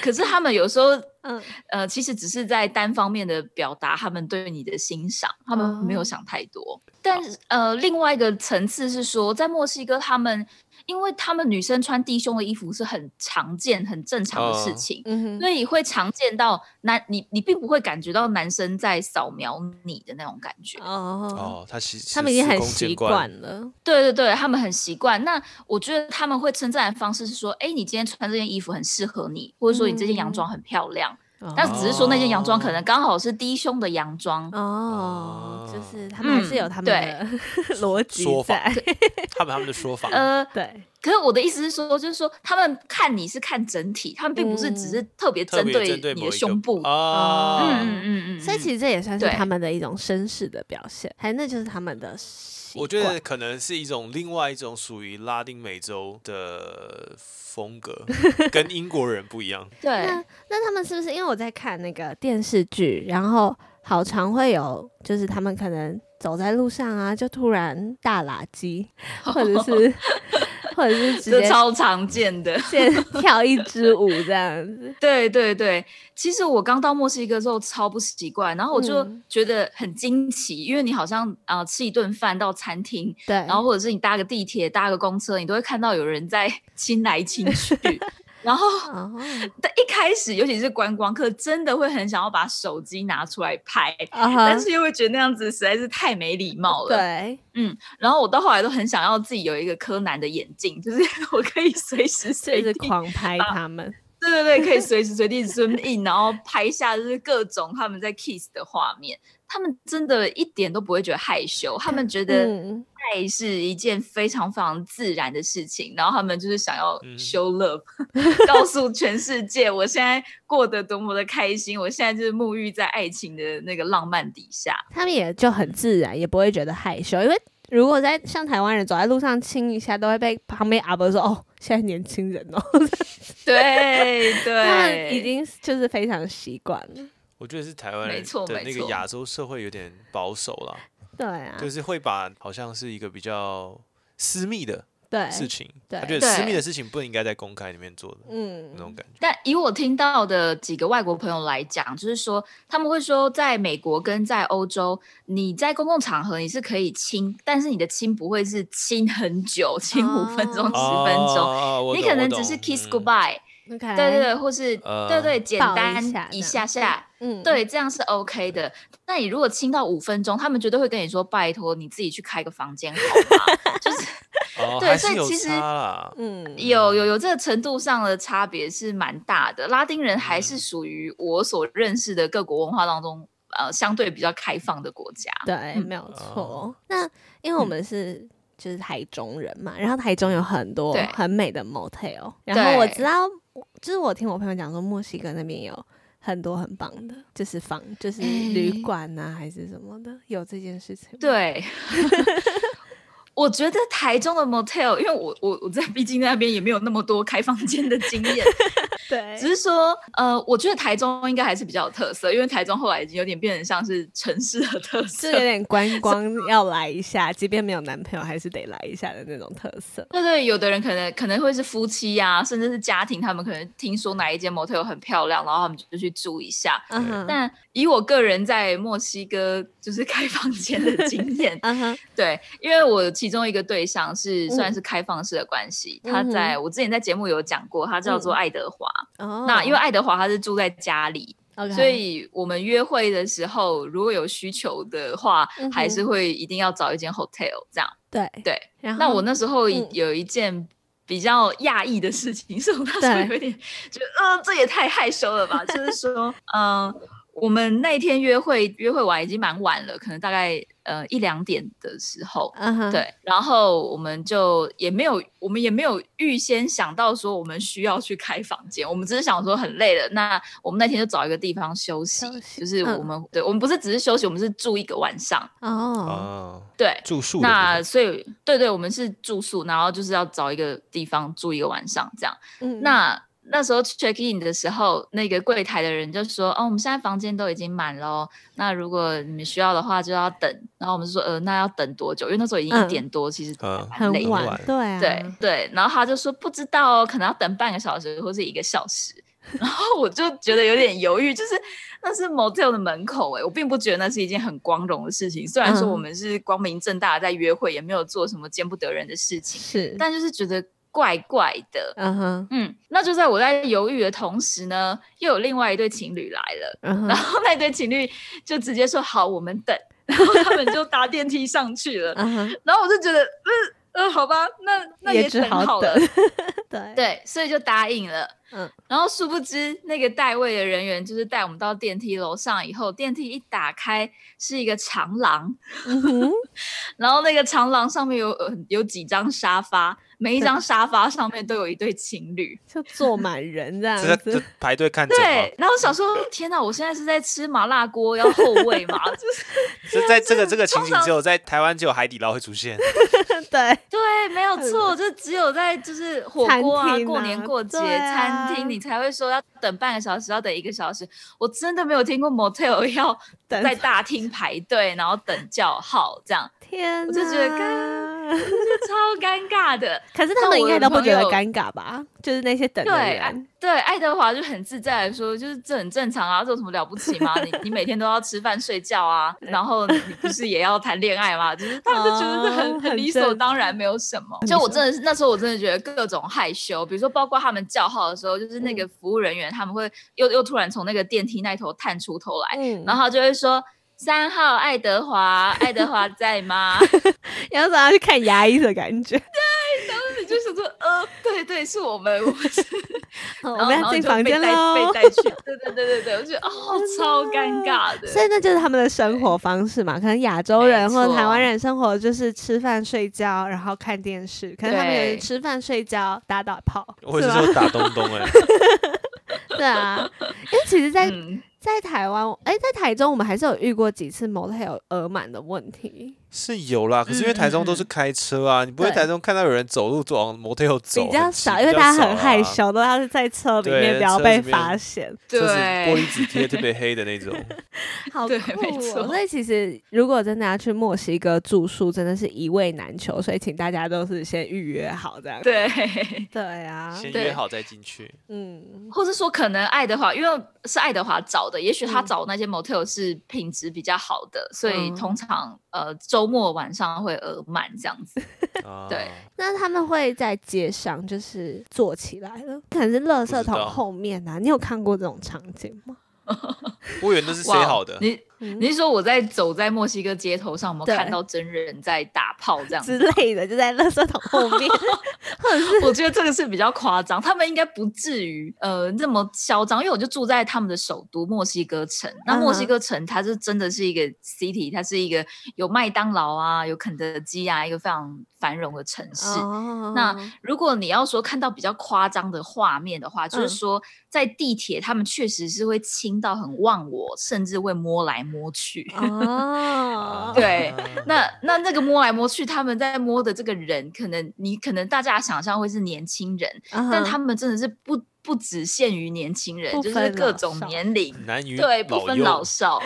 [SPEAKER 3] 可是他们有时候
[SPEAKER 1] 嗯，
[SPEAKER 3] 呃，其实只是在单方面的表达他们对你的欣赏，他们没有想太多。但是呃，另外一个层次是说，在墨西哥他们。因为他们女生穿低胸的衣服是很常见、很正常的事
[SPEAKER 4] 哦
[SPEAKER 3] 情，
[SPEAKER 1] 嗯哼，
[SPEAKER 3] 所以会常见到男你你并不会感觉到男生在扫描你的那种感觉。
[SPEAKER 1] 哦，
[SPEAKER 3] 嗯
[SPEAKER 4] 哦，他其实
[SPEAKER 1] 他们已经
[SPEAKER 4] 司
[SPEAKER 1] 很
[SPEAKER 4] 空见
[SPEAKER 1] 习惯
[SPEAKER 4] 惯，
[SPEAKER 1] 了。
[SPEAKER 3] 对对对，他们很习惯。那我觉得他们会称赞的方式是说，哎，你今天穿这件衣服很适合你，或者说你这件洋装很漂亮。
[SPEAKER 1] 哦
[SPEAKER 3] 但只是说那件洋装可能刚好是低胸的洋装。
[SPEAKER 1] 哦
[SPEAKER 4] 哦，
[SPEAKER 3] 嗯
[SPEAKER 1] 就是他们还是有他们的逻辑
[SPEAKER 4] 说法
[SPEAKER 1] 在。
[SPEAKER 4] 他们他们的说法，
[SPEAKER 3] 呃，
[SPEAKER 1] 对，
[SPEAKER 3] 可是我的意思是说，就是说他们看你是看整体，他们并不是只是特别
[SPEAKER 4] 特
[SPEAKER 3] 针
[SPEAKER 4] 别
[SPEAKER 3] 对
[SPEAKER 4] 针对
[SPEAKER 3] 你
[SPEAKER 4] 某一
[SPEAKER 3] 的
[SPEAKER 4] 个
[SPEAKER 3] 胸部。
[SPEAKER 4] 啊，
[SPEAKER 3] 嗯嗯嗯嗯，
[SPEAKER 1] 所以其实这也算是
[SPEAKER 3] 对
[SPEAKER 1] 他们的一种绅士的表现，还那就是他们的习惯。
[SPEAKER 4] 我觉得可能是一种另外一种属于拉丁美洲的风格，跟英国人不一样。
[SPEAKER 3] 对，
[SPEAKER 1] 那那他们是不是因为我在看那个电视剧，然后好常会有，就是他们可能走在路上啊，就突然大垃圾，或者 是或者是直
[SPEAKER 3] 这
[SPEAKER 1] 接
[SPEAKER 3] 超常见的。
[SPEAKER 1] 先跳一支舞这样子。
[SPEAKER 3] 对对对，其实我刚到墨西哥之后超不习惯，然后我就
[SPEAKER 1] 嗯
[SPEAKER 3] 觉得很惊奇，因为你好像啊、呃吃一顿饭到餐厅，
[SPEAKER 1] 对，
[SPEAKER 3] 然后或者是你搭个地铁、搭个公车，你都会看到有人在 亲来亲去，然后。
[SPEAKER 1] 哦
[SPEAKER 3] 但一开始，尤其是观光客，真的会很想要把手机拿出来拍，
[SPEAKER 1] 啊哈
[SPEAKER 3] 但是又会觉得那样子实在是太没礼貌了。
[SPEAKER 1] 对，
[SPEAKER 3] 嗯，然后我到后来都很想要自己有一个柯南的眼镜，就是 我可以随 时
[SPEAKER 1] 就
[SPEAKER 3] 随
[SPEAKER 1] 是
[SPEAKER 3] 地，
[SPEAKER 1] 狂拍
[SPEAKER 3] 啊
[SPEAKER 1] 他们。
[SPEAKER 3] 对对对，可以随时随地 zoom in，然后拍下就是各种他们在 kiss 的画面。他们真的一点都不会觉得害羞，他们觉得
[SPEAKER 1] 嗯，
[SPEAKER 3] 爱是一件非常非常自然的事情，然后他们就是想要
[SPEAKER 4] 嗯
[SPEAKER 3] show love，、告诉全世界我现在过得多么的开心，我现在就是沐浴在爱情的那个浪漫底下。
[SPEAKER 1] 他们也就很自然，也不会觉得害羞，因为。如果在像台湾人走在路上亲一下，都会被旁边阿伯说：“哦，现在年轻人 哦。”
[SPEAKER 3] 对
[SPEAKER 1] 他
[SPEAKER 3] 对，
[SPEAKER 1] 们已经就是非常习惯了。
[SPEAKER 4] 我觉得是台湾
[SPEAKER 3] 没
[SPEAKER 4] 人
[SPEAKER 3] 错
[SPEAKER 4] 的
[SPEAKER 3] 没
[SPEAKER 4] 那个
[SPEAKER 3] 错嗯
[SPEAKER 4] 亚洲社会有点保守啦，
[SPEAKER 1] 对啊，
[SPEAKER 4] 就是会把好像是一个比较私密的
[SPEAKER 1] 对，
[SPEAKER 4] 事情，
[SPEAKER 1] 对
[SPEAKER 4] 他觉得私密
[SPEAKER 3] 对
[SPEAKER 4] 的事情不应该在公开里面做的那种
[SPEAKER 1] 嗯，
[SPEAKER 4] 感觉。
[SPEAKER 3] 但以我听到的几个外国朋友来讲，就是说他们会说，在美国跟在欧洲，你在公共场合你是可以亲，但是你的亲不会是亲很久，亲五
[SPEAKER 1] 哦
[SPEAKER 3] 分钟、十
[SPEAKER 4] 哦
[SPEAKER 3] 分钟，
[SPEAKER 4] 哦我
[SPEAKER 3] 你
[SPEAKER 4] 懂
[SPEAKER 3] 可能
[SPEAKER 4] 我
[SPEAKER 3] 只是
[SPEAKER 4] 懂
[SPEAKER 3] kiss
[SPEAKER 4] 嗯
[SPEAKER 3] goodbye，、
[SPEAKER 1] 对对
[SPEAKER 3] 对对对，，或是、
[SPEAKER 4] 呃
[SPEAKER 3] 对对简
[SPEAKER 1] 抱一
[SPEAKER 3] 单
[SPEAKER 1] 下
[SPEAKER 3] 一
[SPEAKER 1] 这
[SPEAKER 3] 下
[SPEAKER 1] 样
[SPEAKER 3] 下，
[SPEAKER 1] 嗯，
[SPEAKER 3] 对，这样是 OK 的。那你如果亲到五分钟，他们绝对会跟你说，拜托你自己去开个房间好 吗？就是
[SPEAKER 4] 哦，
[SPEAKER 3] 对
[SPEAKER 4] 还
[SPEAKER 3] 所
[SPEAKER 4] 是
[SPEAKER 3] 以
[SPEAKER 4] 有
[SPEAKER 3] 其实
[SPEAKER 4] 差啦。
[SPEAKER 1] 嗯，
[SPEAKER 3] 有有有，这个程度上的差别是蛮大的。拉丁人还
[SPEAKER 1] 嗯
[SPEAKER 3] 是属于我所认识的各国文化当中，呃，相对比较开放的国 家。
[SPEAKER 1] 对，
[SPEAKER 3] 嗯
[SPEAKER 1] 没有错
[SPEAKER 4] 哦。
[SPEAKER 1] 那因为我们是就是台中人嘛，然后台中有很多
[SPEAKER 3] 对
[SPEAKER 1] 很美的 motel，然后我
[SPEAKER 3] 对
[SPEAKER 1] 知道，就是我听我朋友讲说，墨西哥那边有。很多很棒的，就是房，就是
[SPEAKER 3] 哎
[SPEAKER 1] 旅馆啊，还是什么的，有这件事情吗。
[SPEAKER 3] 对，我觉得台中的 motel，因为我我我在毕竟那边也没有那么多开房间的经验，
[SPEAKER 1] 对，
[SPEAKER 3] 只是说，呃，我觉得台中应该还是比较有特色，因为台中后来已经有点变成像是城市的特
[SPEAKER 1] 就
[SPEAKER 3] 色
[SPEAKER 1] 有。点观光要来一下，即便没有男朋友，还是得来一下的那种特色。
[SPEAKER 3] 对对，有的人可能可能会是夫妻呀、甚至是家庭，他们可能听说哪一间 motel 很漂亮，然后他们就去住一下。
[SPEAKER 1] 嗯哼，，
[SPEAKER 3] 但以我个人在墨西哥就是开房间的经验
[SPEAKER 1] 嗯哼，
[SPEAKER 3] 对，因为我其中一个对象是
[SPEAKER 1] 嗯
[SPEAKER 3] 算是开放式的关系，
[SPEAKER 1] 嗯
[SPEAKER 3] 他
[SPEAKER 1] 哼
[SPEAKER 3] 在我之前在节目有讲过，他叫做
[SPEAKER 1] 嗯
[SPEAKER 3] 爱德华。
[SPEAKER 1] 哦，
[SPEAKER 3] 那因为爱德华他是住在家里，
[SPEAKER 1] OK，
[SPEAKER 3] 所以我们约会的时候如果有需求的话，
[SPEAKER 1] 嗯哼
[SPEAKER 3] 还是会一定要找一间 hotel 这样。
[SPEAKER 1] 对
[SPEAKER 3] 对，
[SPEAKER 1] 然后
[SPEAKER 3] 那我那时候
[SPEAKER 1] 嗯
[SPEAKER 3] 有一件比较讶异的事情， 是我那时
[SPEAKER 1] 对
[SPEAKER 3] 候有点觉得，嗯、这也太害羞了吧？就是说，嗯、我们那天约会约会完已经蛮晚了，可能大概呃一两点的时候。
[SPEAKER 1] 嗯哼，
[SPEAKER 3] 对，然后我们就也没有，我们也没有预先想到说我们需要去开房间，我们只是想说很累了，那我们那天就找一个地方休息，
[SPEAKER 1] 休息
[SPEAKER 3] 就是
[SPEAKER 1] 嗯
[SPEAKER 3] 我们、对我们不是只是休息，我们是住一个晚上，
[SPEAKER 1] 哦，
[SPEAKER 4] 啊，
[SPEAKER 3] 对，
[SPEAKER 4] 住宿的
[SPEAKER 3] 那
[SPEAKER 4] 部
[SPEAKER 3] 所以，对对，我们是住宿，然后就是要找一个地方住一个晚上这样。
[SPEAKER 1] 嗯
[SPEAKER 3] 那那时候 check in 的时候，那个柜台的人就说：“哦，我们现在房间都已经满喽，那如果你们需要的话就要等。”然后我们就说：“呃，那要等多久？因为那时候已经
[SPEAKER 1] 嗯
[SPEAKER 3] 一点多，其实
[SPEAKER 4] 嗯
[SPEAKER 3] 蛮
[SPEAKER 1] 很
[SPEAKER 3] 累的
[SPEAKER 4] 晚
[SPEAKER 1] 晚，对啊，
[SPEAKER 3] 对对，然后他就说不知道哦，可能要等半个小时或是一个小时。然后我就觉得有点犹豫，就是那是 motel 的门口哎、我并不觉得那是一件很光荣的事情。虽然说
[SPEAKER 1] 嗯
[SPEAKER 3] 我们是光明正大的在约会，也没有做什么见不得人的事情，
[SPEAKER 1] 是，
[SPEAKER 3] 但就是觉得怪怪的。
[SPEAKER 1] 嗯哼，
[SPEAKER 3] 嗯，那就在我在犹豫的同时呢，又有另外一对情侣来了。
[SPEAKER 1] 嗯
[SPEAKER 3] 然
[SPEAKER 1] 哼，
[SPEAKER 3] 后那对情侣就直接说好，我们等，然后他们就搭电梯上去了。
[SPEAKER 1] 嗯哼，
[SPEAKER 3] 然后我就觉得，嗯呃，好吧，那那
[SPEAKER 1] 也
[SPEAKER 3] 也
[SPEAKER 1] 只
[SPEAKER 3] 等
[SPEAKER 1] 好
[SPEAKER 3] 好了。
[SPEAKER 1] 对，
[SPEAKER 3] 对，所以就答应了。
[SPEAKER 1] 嗯
[SPEAKER 3] 然后殊不知那个带位的人员就是带我们到电梯楼上以后，电梯一打开是一个长廊，
[SPEAKER 1] 嗯哼，
[SPEAKER 3] 然后那个长廊上面有呃有几张沙发，每一
[SPEAKER 1] 对
[SPEAKER 3] 张沙发上面都有一对情侣。
[SPEAKER 1] 就坐满人这样
[SPEAKER 4] 这这
[SPEAKER 1] 子，
[SPEAKER 4] 排队看诊吗
[SPEAKER 3] 对？，然后想说， 天哪，我现在是在吃麻辣锅要后位嘛？就是
[SPEAKER 4] 这在这个这个情
[SPEAKER 3] 啊通
[SPEAKER 4] 景
[SPEAKER 3] 常
[SPEAKER 4] 只有在台湾只有海底捞会出 现，
[SPEAKER 1] 对，
[SPEAKER 3] 对，没有错，就只有在就是火
[SPEAKER 1] 餐
[SPEAKER 3] 锅啊、
[SPEAKER 1] 厅
[SPEAKER 3] 过
[SPEAKER 1] 啊
[SPEAKER 3] 年过节、
[SPEAKER 1] 对啊
[SPEAKER 3] 餐厅，你才会说要等半个小时，要等一个小时。我真的没有听过 motel 要
[SPEAKER 1] 等
[SPEAKER 3] 在大厅排队，然后等叫号这样，
[SPEAKER 1] 天啊
[SPEAKER 3] 我就觉得
[SPEAKER 1] 哪，
[SPEAKER 3] 超尴尬的。
[SPEAKER 1] 可是
[SPEAKER 3] 那
[SPEAKER 1] 他们
[SPEAKER 3] 我
[SPEAKER 1] 应该
[SPEAKER 3] 有
[SPEAKER 1] 都不
[SPEAKER 3] 朋
[SPEAKER 1] 觉得
[SPEAKER 3] 友
[SPEAKER 1] 尴尬吧？就是那些等的
[SPEAKER 3] 对，爱
[SPEAKER 1] 人，
[SPEAKER 3] 对，爱德华就很自在的说，就是这很正常啊，这有什么了不起吗？你你每天都要吃饭睡觉啊，然后你你不是也要谈恋爱吗？就是他们就觉得这很、
[SPEAKER 1] 哦
[SPEAKER 3] 很理
[SPEAKER 1] 很正
[SPEAKER 3] 所当然，没有什么。
[SPEAKER 1] 很
[SPEAKER 3] 就我
[SPEAKER 1] 正
[SPEAKER 3] 真的是那时候我真的觉得各种害羞，比如说包括他们叫号的时候，就是那
[SPEAKER 1] 嗯
[SPEAKER 3] 个服务人员他们会又又突然从那个电梯那头探出头来，
[SPEAKER 1] 嗯，
[SPEAKER 3] 哎然后他就会说。三号爱德华，爱德华在吗？
[SPEAKER 1] 要让他去看牙医的感觉。
[SPEAKER 3] 你就想说，呃，对对，是我们，我们是
[SPEAKER 1] 好
[SPEAKER 3] 然
[SPEAKER 1] 我
[SPEAKER 3] 后
[SPEAKER 1] 们
[SPEAKER 3] 然
[SPEAKER 1] 要
[SPEAKER 3] 后
[SPEAKER 1] 进
[SPEAKER 3] 就
[SPEAKER 1] 房
[SPEAKER 3] 被
[SPEAKER 1] 间
[SPEAKER 3] 带
[SPEAKER 1] 喽
[SPEAKER 3] 被。带去， 对对对对对，我 觉得哦，超尴尬的。
[SPEAKER 1] 所以那就是他们的生活方式嘛，可能亚洲人
[SPEAKER 3] 没
[SPEAKER 1] 或者
[SPEAKER 3] 错
[SPEAKER 1] 台湾人生活就是吃饭睡觉，然后看电视。可能他们有人
[SPEAKER 3] 对
[SPEAKER 1] 吃饭睡觉打打炮，
[SPEAKER 4] 我
[SPEAKER 1] 是
[SPEAKER 4] 是
[SPEAKER 1] 吧？
[SPEAKER 4] 说打东东哎、
[SPEAKER 3] 啊
[SPEAKER 1] 对啊，因为其实在，在、
[SPEAKER 3] 嗯，
[SPEAKER 1] 台湾，哎、在台中我们还是有遇过几次 motel 额满的问题，
[SPEAKER 4] 是有啦，可是因为台中都是开车啊，你不会
[SPEAKER 3] 嗯
[SPEAKER 1] 对
[SPEAKER 4] 台中看到有人走路往 motel 走，
[SPEAKER 1] 比较
[SPEAKER 4] 很奇
[SPEAKER 1] 少，因为
[SPEAKER 4] 比较
[SPEAKER 1] 大家很
[SPEAKER 4] 啊
[SPEAKER 1] 害，羞，都要是在车里
[SPEAKER 4] 对
[SPEAKER 1] 面不要
[SPEAKER 4] 车
[SPEAKER 1] 被
[SPEAKER 4] 里面
[SPEAKER 1] 发现。
[SPEAKER 4] 就
[SPEAKER 3] 对，
[SPEAKER 4] 是玻璃纸贴特别黑的那 种，
[SPEAKER 1] 好酷、
[SPEAKER 3] 对
[SPEAKER 1] 哦，
[SPEAKER 3] 没错
[SPEAKER 1] 所以其实如果真的要去墨西哥住宿，真的是一位难求，所以请大家都是先预约好这样。
[SPEAKER 3] 对，
[SPEAKER 1] 对啊，
[SPEAKER 4] 先
[SPEAKER 3] 对
[SPEAKER 4] 约好再进去。
[SPEAKER 1] 嗯，
[SPEAKER 3] 或是说可能爱德华，因为是爱德华找的，也许他找的那些 motel 是品质比较好的，所以
[SPEAKER 1] 嗯
[SPEAKER 3] 通常呃周末晚上会额满这样子。
[SPEAKER 4] 啊
[SPEAKER 3] 对，
[SPEAKER 1] 那他们会在街上就是坐起来了，可能是垃圾
[SPEAKER 4] 不知
[SPEAKER 1] 桶
[SPEAKER 4] 道
[SPEAKER 1] 后面啊，你有看过这种场景吗？
[SPEAKER 4] 我以为那是谁
[SPEAKER 3] 哇
[SPEAKER 4] 好的，
[SPEAKER 3] 你
[SPEAKER 1] 嗯
[SPEAKER 3] 你是说我在走在墨西哥街头上，有没
[SPEAKER 1] 对
[SPEAKER 3] 有看到真人在打炮这样
[SPEAKER 1] 之
[SPEAKER 3] 子？
[SPEAKER 1] 类的，就在垃圾桶后 面，或者是
[SPEAKER 3] 我觉得这个是比较夸张，他们应该不至于呃那么嚣张，因为我就住在他们的首都墨西哥城。那墨
[SPEAKER 1] 嗯
[SPEAKER 3] 西
[SPEAKER 1] 哼
[SPEAKER 3] 哥城它是真的是一个 city，它是一个有麦当劳啊、有肯德基啊，一个非常繁荣的城市。
[SPEAKER 1] 哦
[SPEAKER 3] 那如果你要说看到比较夸张的画面的话，就
[SPEAKER 1] 嗯
[SPEAKER 3] 是说在地铁，他们确实是会亲到很忘我，甚至会摸来摸去。
[SPEAKER 4] 啊
[SPEAKER 1] 哦，
[SPEAKER 3] 对， 那那那个摸来摸去，他们在摸的这个人，可能你可能大家想象会是年轻人，
[SPEAKER 1] 嗯哼
[SPEAKER 3] 但他们真的是不不只限于年轻人
[SPEAKER 1] 不，
[SPEAKER 3] 就是
[SPEAKER 1] 分
[SPEAKER 3] 各
[SPEAKER 1] 老
[SPEAKER 3] 种
[SPEAKER 1] 少
[SPEAKER 3] 年龄。
[SPEAKER 4] 男女
[SPEAKER 3] 对，不分
[SPEAKER 4] 幼
[SPEAKER 3] 老少，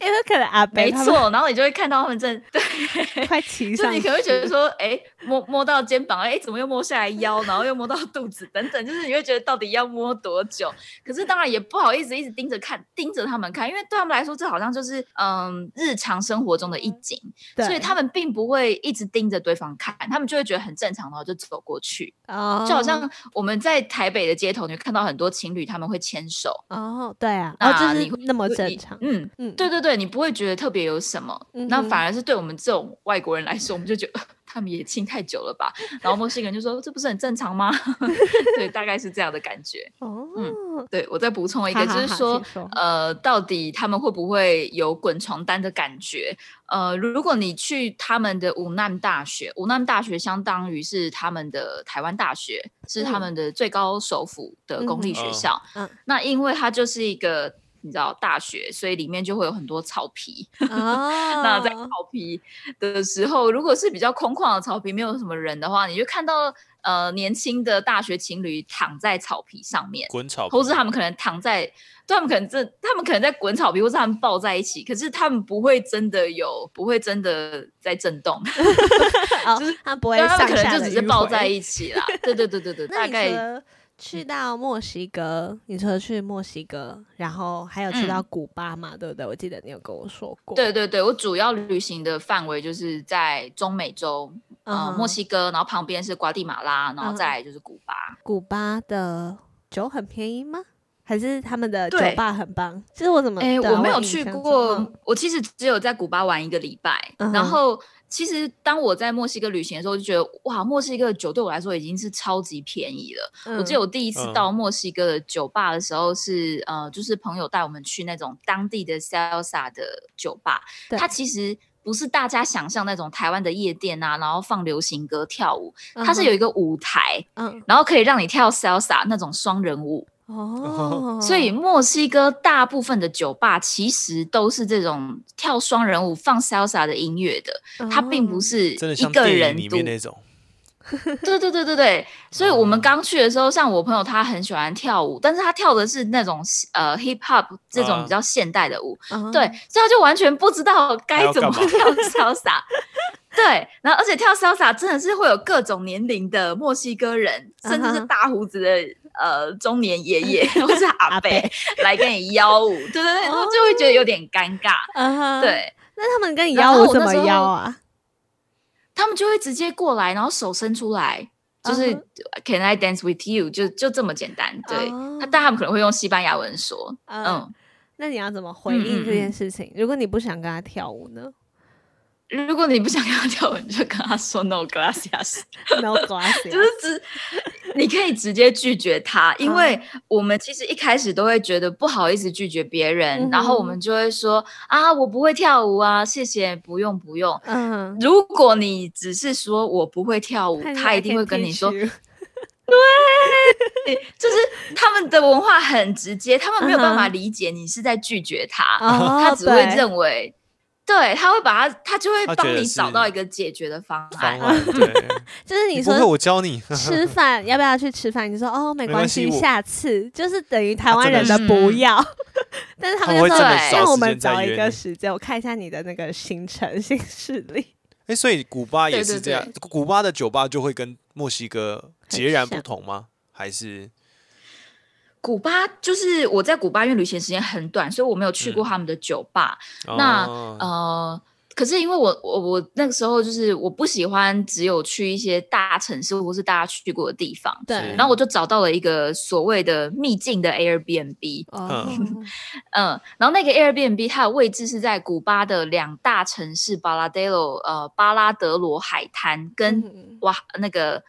[SPEAKER 1] 因为可能阿
[SPEAKER 3] 没
[SPEAKER 1] 北他们
[SPEAKER 3] 错。然后你就会看到他 们正对，
[SPEAKER 1] 快骑
[SPEAKER 3] 就
[SPEAKER 1] 上，
[SPEAKER 3] 你可能会觉得，说，哎，摸摸到肩膀，哎，怎么又摸下来腰，然后又摸到肚子，等等，就是你会觉得到底要摸多久？可是当然也不好意思一直盯着看，盯着他们看，因为对他们来说，这好像就是嗯日常生活中的一景。
[SPEAKER 1] 对
[SPEAKER 3] 所以他们并不会一直盯着对方看，他们就会觉得很正常，然后就走过去。
[SPEAKER 1] 哦
[SPEAKER 3] 就好像我们在台北的街头，你会看到很多情侣他们会牵手，
[SPEAKER 1] 哦，对啊，哦，
[SPEAKER 3] 那
[SPEAKER 1] 就
[SPEAKER 3] 你
[SPEAKER 1] 是
[SPEAKER 3] 会
[SPEAKER 1] 那么
[SPEAKER 3] 就
[SPEAKER 1] 正
[SPEAKER 3] 你
[SPEAKER 1] 常，
[SPEAKER 3] 嗯，
[SPEAKER 1] 嗯，
[SPEAKER 3] 对对对，你不会觉得特别有什么。那
[SPEAKER 1] 嗯哼
[SPEAKER 3] 反而是对我们这种外国人来说，我们就觉得 他们也亲太久了吧。然后墨西哥人就说：“这不是很正常吗？” 对，大概是这样的感觉。
[SPEAKER 1] 哦，
[SPEAKER 3] 对我再补充一
[SPEAKER 1] 好
[SPEAKER 3] 嗯个，就
[SPEAKER 1] 好
[SPEAKER 3] 是
[SPEAKER 1] 好
[SPEAKER 3] 说
[SPEAKER 1] 请 说哦
[SPEAKER 3] 呃，到底他们会不会有滚床单的感觉？呃，如果你去他们的武南大学，武南大学相当于是他们的台湾大学，是他
[SPEAKER 1] 嗯
[SPEAKER 3] 们的最高首府的公立
[SPEAKER 4] 嗯哼
[SPEAKER 3] 学
[SPEAKER 4] 嗯
[SPEAKER 3] 校。
[SPEAKER 1] 嗯
[SPEAKER 3] 那因为它就是一个你知道大学，所以里面就会有很多草皮。
[SPEAKER 1] 哦，
[SPEAKER 3] 那在草皮的时候，如果是比较空旷的草皮，没有什么人的话，你就看到呃年轻的大学情侣躺在草皮上面。
[SPEAKER 4] 滚草皮，
[SPEAKER 3] 或是他们可能躺在，对他们可能这，他们可能在滚草皮，或是他们抱在一起，可是他们不会真的有，不会真的在震动，
[SPEAKER 1] 哦
[SPEAKER 3] 就是
[SPEAKER 1] 他不会
[SPEAKER 3] 对他
[SPEAKER 1] 上
[SPEAKER 3] 们可能
[SPEAKER 1] 下
[SPEAKER 3] 就
[SPEAKER 1] 的
[SPEAKER 3] 只是
[SPEAKER 1] 迂
[SPEAKER 3] 抱
[SPEAKER 1] 回
[SPEAKER 3] 在。一起啦。对对对对对，
[SPEAKER 1] 那
[SPEAKER 3] 大
[SPEAKER 1] 你除
[SPEAKER 3] 概嗯
[SPEAKER 1] 了去到墨西哥，你除了去墨西哥，然后还有去到古巴嘛，对不对？我记得你有跟我说过。
[SPEAKER 3] 嗯对对对，我主要旅行的范围就是在中美洲，呃，
[SPEAKER 1] 嗯，
[SPEAKER 3] 墨西哥，然后旁边是瓜地马拉，然
[SPEAKER 1] 嗯
[SPEAKER 3] 后再来就是古巴。
[SPEAKER 1] 古巴的酒很便宜吗？还是他们的酒
[SPEAKER 3] 对
[SPEAKER 1] 吧很棒？其实我怎么
[SPEAKER 3] 哎、
[SPEAKER 1] 对啊
[SPEAKER 3] 我没有
[SPEAKER 1] 印
[SPEAKER 3] 去
[SPEAKER 1] 象中
[SPEAKER 3] 过
[SPEAKER 1] 嗯，
[SPEAKER 3] 我其实只有在古巴玩一个礼拜，
[SPEAKER 1] 嗯哼
[SPEAKER 3] 然后其实当我在墨西哥旅行的时候，就觉得哇，墨西哥的酒对我来说已经是超级便宜了。我记得我第一次
[SPEAKER 4] 嗯
[SPEAKER 3] 到墨西哥的酒吧的时候是，呃，就是朋友带我们去那种当地的 salsa 的酒吧，
[SPEAKER 1] 对
[SPEAKER 3] 它其实不是大家想象那种台湾的夜店啊，然后放流行歌跳舞，
[SPEAKER 1] 嗯
[SPEAKER 3] 它是有一个舞台，
[SPEAKER 1] 嗯
[SPEAKER 3] 然后可以让你跳 salsa 那种双人舞。
[SPEAKER 1] 哦，
[SPEAKER 3] 所以墨西哥大部分的酒吧其实都是这种跳双人舞、放 salsa 的音乐的，它并不
[SPEAKER 1] 哦
[SPEAKER 3] 是
[SPEAKER 4] 真的
[SPEAKER 3] 一
[SPEAKER 4] 像
[SPEAKER 3] 个
[SPEAKER 4] 电
[SPEAKER 3] 人
[SPEAKER 4] 影里
[SPEAKER 3] 独
[SPEAKER 4] 面那种，
[SPEAKER 3] 对对对对对，所以我们
[SPEAKER 4] 哦
[SPEAKER 3] 刚去的时候，像我朋友他很喜欢跳舞，但是他跳的是那种呃 hip hop 这种
[SPEAKER 4] 啊
[SPEAKER 3] 比较现代的舞，
[SPEAKER 1] 嗯
[SPEAKER 3] 对，所以他就完全不知道
[SPEAKER 4] 还
[SPEAKER 3] 该
[SPEAKER 4] 要
[SPEAKER 3] 怎么
[SPEAKER 4] 干嘛
[SPEAKER 3] 跳 salsa。对，然后而且跳 salsa 真的是会有各种年龄的墨西哥人，甚至
[SPEAKER 1] 啊
[SPEAKER 3] 是
[SPEAKER 1] 哈
[SPEAKER 3] 大胡子的呃中年爷爷或是 阿伯
[SPEAKER 1] 伯
[SPEAKER 3] 来跟你邀舞，对对对，然后就会觉得有点尴尬。
[SPEAKER 1] 嗯哼，
[SPEAKER 3] 对
[SPEAKER 1] 那他们跟你
[SPEAKER 3] 然
[SPEAKER 1] 邀
[SPEAKER 3] 后
[SPEAKER 1] 舞
[SPEAKER 3] 我
[SPEAKER 1] 怎
[SPEAKER 3] 那
[SPEAKER 1] 么
[SPEAKER 3] 时候
[SPEAKER 1] 邀啊？
[SPEAKER 3] 他们就会直接过来，然后手伸出来，就是、
[SPEAKER 1] 嗯
[SPEAKER 3] Can I dance with you？就就这么简单。对，
[SPEAKER 1] 哦
[SPEAKER 3] 他但他们可能会用西班牙文说，
[SPEAKER 1] 嗯，
[SPEAKER 3] 嗯。
[SPEAKER 1] 那你要怎么回应这件事情？如果你不想跟他跳舞呢
[SPEAKER 3] 嗯如果你不想跟他跳舞，你就跟他说 No gracias，
[SPEAKER 1] ？No glasses，
[SPEAKER 3] 就是直，你可以直接拒绝他，
[SPEAKER 1] 嗯
[SPEAKER 3] 因为我们其实一开始都会觉得不好意思拒绝别人，
[SPEAKER 1] 嗯
[SPEAKER 3] 然后我们就会说啊，我不会跳舞啊，谢谢，不用不用。
[SPEAKER 1] 嗯，
[SPEAKER 3] 如果你只是说我不会跳舞，他一定会跟你说就是他们的文化很直接，他们没有办法
[SPEAKER 1] 嗯哼
[SPEAKER 3] 理解你是在拒绝他，
[SPEAKER 1] 哦，
[SPEAKER 3] 他只会
[SPEAKER 1] 对
[SPEAKER 3] 认为，对，他会把他，他就会
[SPEAKER 4] 他觉
[SPEAKER 3] 帮
[SPEAKER 4] 得
[SPEAKER 3] 你找到
[SPEAKER 4] 是
[SPEAKER 3] 一个解决的方
[SPEAKER 4] 方
[SPEAKER 3] 案。
[SPEAKER 4] 案对。
[SPEAKER 1] 就是
[SPEAKER 4] 你
[SPEAKER 1] 你
[SPEAKER 4] 不会，
[SPEAKER 1] 说
[SPEAKER 4] 我教你。
[SPEAKER 1] 吃饭要不要去吃饭？你说哦，没
[SPEAKER 4] 没
[SPEAKER 1] 关
[SPEAKER 4] 关系
[SPEAKER 1] 系，
[SPEAKER 4] 我
[SPEAKER 1] 下次就是等于台湾人
[SPEAKER 3] 啊
[SPEAKER 1] 的
[SPEAKER 3] 真的是
[SPEAKER 1] 不 要，但是他们就
[SPEAKER 4] 他们会
[SPEAKER 1] 说
[SPEAKER 3] 真的
[SPEAKER 1] 让
[SPEAKER 4] 找
[SPEAKER 1] 我
[SPEAKER 4] 时
[SPEAKER 1] 们
[SPEAKER 4] 间再
[SPEAKER 1] 找一
[SPEAKER 4] 约
[SPEAKER 1] 个
[SPEAKER 4] 你
[SPEAKER 1] 时间，我看一下你的那个行程行事历。
[SPEAKER 4] 哎，所以古巴也
[SPEAKER 3] 对对
[SPEAKER 4] 是这样，古巴的酒吧就会跟墨西哥截然不
[SPEAKER 1] 像
[SPEAKER 4] 同吗？还是
[SPEAKER 3] 古巴就是我在古巴，因为旅行时间很短，所以我没有去过
[SPEAKER 4] 嗯
[SPEAKER 3] 他们的酒吧。那
[SPEAKER 4] 哦
[SPEAKER 3] 呃，可是因为我我我那个时候就是我不喜欢只有去一些大城市或是大家去过的地方，
[SPEAKER 1] 对，
[SPEAKER 3] 然后我就找到了一个所谓的秘境的 Airbnb。
[SPEAKER 1] 哦，
[SPEAKER 3] 嗯，然后那个 Airbnb 它的位置是在古巴的两大城市巴拉德罗呃巴拉德罗海滩跟、
[SPEAKER 1] 嗯
[SPEAKER 3] 哇那个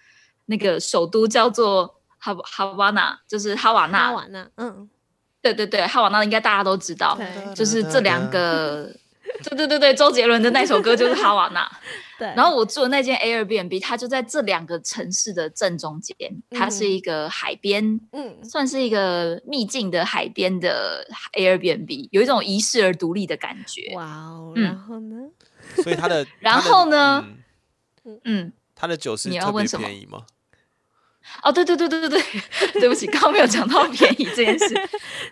[SPEAKER 3] 那个首都叫做哈哈瓦那，就是哈
[SPEAKER 1] 哈
[SPEAKER 3] 瓦那，
[SPEAKER 1] 瓦那，嗯，
[SPEAKER 3] 对对对，哈瓦那应该大家都知道，
[SPEAKER 1] 对
[SPEAKER 3] 就是这两 个，对对对对，周杰伦的那首歌就是哈瓦那。
[SPEAKER 1] 对，
[SPEAKER 3] 然后我住的那间 Airbnb，它就在这两个城市的正中间，它是
[SPEAKER 1] 嗯
[SPEAKER 3] 一个海边
[SPEAKER 1] 嗯，
[SPEAKER 3] 算是一个秘境的海边的 Airbnb，有一种遗世而独立的感觉。
[SPEAKER 1] 哇哦，
[SPEAKER 3] 嗯
[SPEAKER 1] 然后呢？
[SPEAKER 4] 所以它的，
[SPEAKER 3] 然
[SPEAKER 4] 它的
[SPEAKER 3] 后呢？
[SPEAKER 4] 嗯
[SPEAKER 3] 嗯，
[SPEAKER 4] 它的酒是
[SPEAKER 3] 你要
[SPEAKER 4] 特别
[SPEAKER 3] 问什么
[SPEAKER 4] 便宜吗？
[SPEAKER 3] 哦，对对对对对对，对 不起，刚刚没有讲到便宜这件事。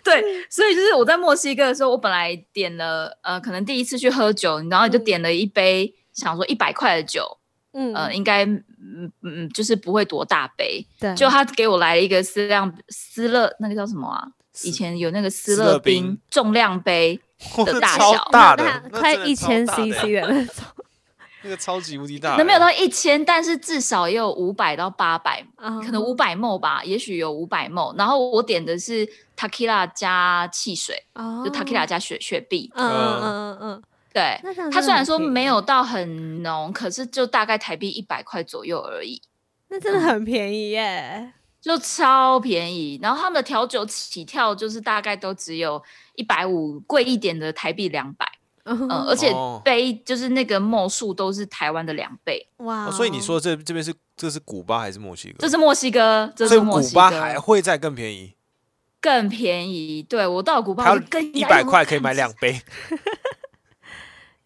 [SPEAKER 3] 对，所以就是我在墨西哥的时候，我本来点了呃，可能第一次去喝酒，然后就
[SPEAKER 1] 嗯
[SPEAKER 3] 点了一杯，想说一百块的酒，
[SPEAKER 1] 嗯
[SPEAKER 3] 呃，应该嗯嗯，就是不会多大杯。
[SPEAKER 1] 对，
[SPEAKER 3] 就他给我来了一个斯量斯乐，那个叫什么啊？以前有那个斯
[SPEAKER 4] 斯
[SPEAKER 3] 乐
[SPEAKER 4] 乐冰
[SPEAKER 3] 冰重量杯，的 大
[SPEAKER 4] 超
[SPEAKER 3] 小
[SPEAKER 4] 大的
[SPEAKER 1] 那，
[SPEAKER 4] 那
[SPEAKER 1] 快
[SPEAKER 4] 真的
[SPEAKER 1] 一千
[SPEAKER 4] 超大的
[SPEAKER 1] CC 的那种，
[SPEAKER 4] 那个超级无敌大
[SPEAKER 3] 可
[SPEAKER 4] 的，
[SPEAKER 3] 能没有
[SPEAKER 1] 嗯
[SPEAKER 3] 到一千，但是至少也有五百到八百，
[SPEAKER 1] 啊
[SPEAKER 3] 可能五百 ml 吧，也许有五百 ml。然后我点的是 tequila 加汽水，
[SPEAKER 1] 哦
[SPEAKER 3] 就 tequila 加雪雪碧。
[SPEAKER 1] 嗯嗯嗯嗯
[SPEAKER 3] 对，
[SPEAKER 1] 嗯，那
[SPEAKER 3] 它虽然说没，有到很浓，可是就大概台币一百块左右而已。
[SPEAKER 1] 那真的很便宜耶。
[SPEAKER 3] 就超便宜，然后他们的调酒起跳就是大概都只有一百五，贵一点的台币两百，
[SPEAKER 1] 嗯
[SPEAKER 3] 嗯，而且
[SPEAKER 4] 哦
[SPEAKER 3] 杯就是那个墨数都是台湾的两倍，
[SPEAKER 1] 哇
[SPEAKER 4] 哦
[SPEAKER 1] 哦，
[SPEAKER 4] 所以你说这这边是这是古巴还是墨西哥？
[SPEAKER 3] 这是墨西哥，这
[SPEAKER 4] 所
[SPEAKER 3] 是
[SPEAKER 4] 以
[SPEAKER 3] 墨
[SPEAKER 4] 古
[SPEAKER 3] 西
[SPEAKER 4] 巴还
[SPEAKER 3] 哥，
[SPEAKER 4] 会再更便宜，
[SPEAKER 3] 更便宜。对我到古巴
[SPEAKER 4] 它
[SPEAKER 3] 我就更
[SPEAKER 4] 一
[SPEAKER 3] 压抑
[SPEAKER 4] 百块可以买两，杯，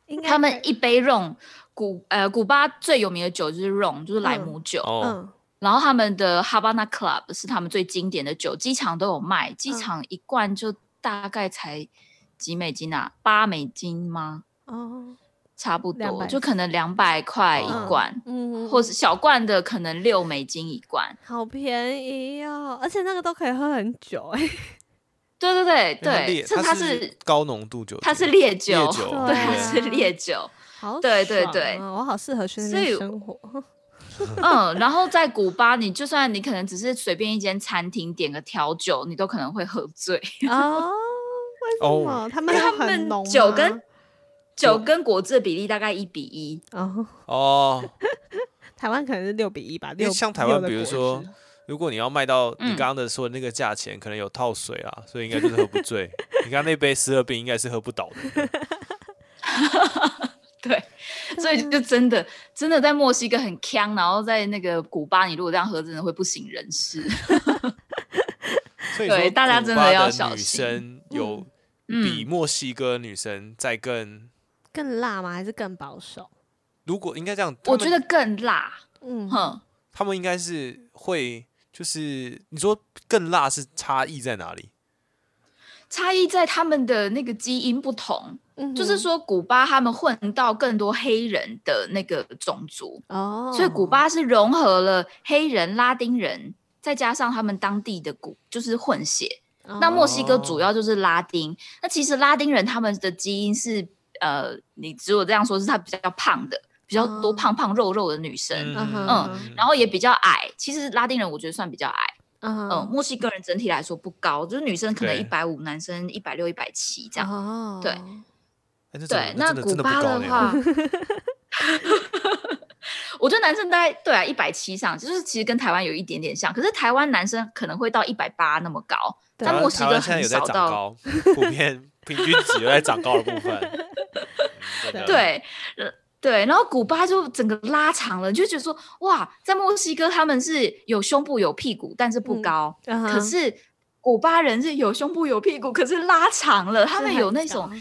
[SPEAKER 1] 应该
[SPEAKER 3] 他们一杯 rum，古呃古巴最有名的酒就是 rum，就是莱姆酒，
[SPEAKER 4] 哦，
[SPEAKER 1] 嗯
[SPEAKER 3] 然后他们的 Havana Club 是他们最经典的酒，机场都有卖，
[SPEAKER 1] 嗯
[SPEAKER 3] 机场一罐就大概才几美金啊，八美金吗？
[SPEAKER 1] 哦
[SPEAKER 3] 差不多，
[SPEAKER 1] 200
[SPEAKER 3] 就可能两百块
[SPEAKER 4] 哦
[SPEAKER 3] 一罐，
[SPEAKER 1] 嗯，
[SPEAKER 3] 或是小罐的可能六美金一罐。
[SPEAKER 1] 好便宜哦，而且那个都可以喝很久哎。
[SPEAKER 3] 对对对
[SPEAKER 4] 因为它烈
[SPEAKER 3] 对，是
[SPEAKER 4] 它
[SPEAKER 3] 它
[SPEAKER 4] 是
[SPEAKER 3] 是
[SPEAKER 4] 高浓度酒精，
[SPEAKER 3] 它是烈酒，
[SPEAKER 4] 酒
[SPEAKER 3] 对，
[SPEAKER 1] 对
[SPEAKER 3] 它是
[SPEAKER 1] 啊
[SPEAKER 3] 烈酒。
[SPEAKER 1] 好，啊
[SPEAKER 3] 对对对
[SPEAKER 1] 我好适合去那
[SPEAKER 3] 所以
[SPEAKER 1] 边生活。
[SPEAKER 3] 嗯，然后在古巴，你就算你可能只是随便一间餐厅点个调酒，你都可能会喝醉。
[SPEAKER 1] 哦，为什
[SPEAKER 4] 哦
[SPEAKER 1] 么他
[SPEAKER 3] 因
[SPEAKER 1] 们
[SPEAKER 3] 为
[SPEAKER 1] 有
[SPEAKER 3] 他们
[SPEAKER 1] 很浓
[SPEAKER 3] 酒
[SPEAKER 1] 吗
[SPEAKER 3] 跟酒跟果汁的比例大概一比一。
[SPEAKER 1] 哦，
[SPEAKER 4] 哦，
[SPEAKER 1] 台湾可能是六比一吧，
[SPEAKER 4] 因
[SPEAKER 1] 六
[SPEAKER 4] 为像台湾，
[SPEAKER 1] 六的
[SPEAKER 4] 比如
[SPEAKER 1] 果汁
[SPEAKER 4] 说，如果你要卖到你
[SPEAKER 3] 嗯
[SPEAKER 4] 刚刚的说的那个价钱，可能有套水啊，所以应该就是喝不 醉。你刚刚那杯十二冰应该是喝不倒的。
[SPEAKER 3] 对，所以就
[SPEAKER 1] 啊
[SPEAKER 3] 真的真的在墨西哥很呛，然后在那个古巴，你如果这样喝，真的会不省人事。
[SPEAKER 4] 所以说
[SPEAKER 3] 对大家
[SPEAKER 4] 古
[SPEAKER 3] 真的
[SPEAKER 4] 巴
[SPEAKER 3] 要
[SPEAKER 4] 的
[SPEAKER 3] 小
[SPEAKER 4] 女
[SPEAKER 3] 心
[SPEAKER 4] 生有比
[SPEAKER 3] 嗯，
[SPEAKER 4] 墨西哥女生再更，
[SPEAKER 1] 更辣吗？还是更保守？
[SPEAKER 4] 如果应该这样，
[SPEAKER 3] 我
[SPEAKER 4] 他
[SPEAKER 3] 觉
[SPEAKER 4] 们
[SPEAKER 3] 得更辣，
[SPEAKER 1] 嗯，
[SPEAKER 3] 哼。
[SPEAKER 4] 他们应该是会，就是你说更辣是差异在哪里？
[SPEAKER 3] 差异在他们的那个基因不同，
[SPEAKER 1] 嗯
[SPEAKER 3] 就是
[SPEAKER 1] 哼
[SPEAKER 3] 说古巴他们混到更多黑人的那个种族，
[SPEAKER 1] 哦，
[SPEAKER 3] 所以古巴是融合了黑人、拉丁人，再加上他们当地的古就是混血。
[SPEAKER 1] 哦
[SPEAKER 3] 那墨西哥主要就是拉丁，那其实拉丁人他们的基因是呃，你只有这样说，是他比较胖的，比较多
[SPEAKER 1] 哦
[SPEAKER 3] 胖胖肉肉的女生，
[SPEAKER 1] 嗯哼
[SPEAKER 3] 嗯然后也比较矮。其实拉丁人我觉得算比较矮，
[SPEAKER 1] 嗯
[SPEAKER 3] 嗯，墨西哥人整体来说不高，就是女生可能
[SPEAKER 4] 对
[SPEAKER 3] 一百五，男生一百六、一百七这样。
[SPEAKER 1] 哦，
[SPEAKER 3] 对
[SPEAKER 4] 哎那真的
[SPEAKER 3] 对，那
[SPEAKER 4] 真的
[SPEAKER 3] 古
[SPEAKER 4] 真的不
[SPEAKER 3] 巴
[SPEAKER 4] 高欸
[SPEAKER 3] 的
[SPEAKER 4] 呢
[SPEAKER 3] 话， 我觉得男生大概对啊一百七上，就是其实跟台湾有一点点像，可是台湾男生可能会到一百八那么高，
[SPEAKER 1] 对
[SPEAKER 3] 但
[SPEAKER 4] 台湾
[SPEAKER 3] 墨西
[SPEAKER 4] 啊台
[SPEAKER 3] 哥
[SPEAKER 4] 湾现在
[SPEAKER 3] 很
[SPEAKER 4] 有在
[SPEAKER 3] 少
[SPEAKER 4] 长
[SPEAKER 3] 到。
[SPEAKER 4] 高，普遍平均值有在长高的部 分。嗯真的
[SPEAKER 3] 对，呃对，然后古巴就整个拉长了，你就觉得说哇，在墨西哥他们是有胸部有屁股，但是不
[SPEAKER 1] 嗯
[SPEAKER 3] 高，
[SPEAKER 1] 嗯哼
[SPEAKER 3] 可是。古巴人是有胸部有屁股，可是拉长了，他
[SPEAKER 1] 是
[SPEAKER 3] 们
[SPEAKER 1] 很
[SPEAKER 3] 有那
[SPEAKER 1] 小
[SPEAKER 3] 种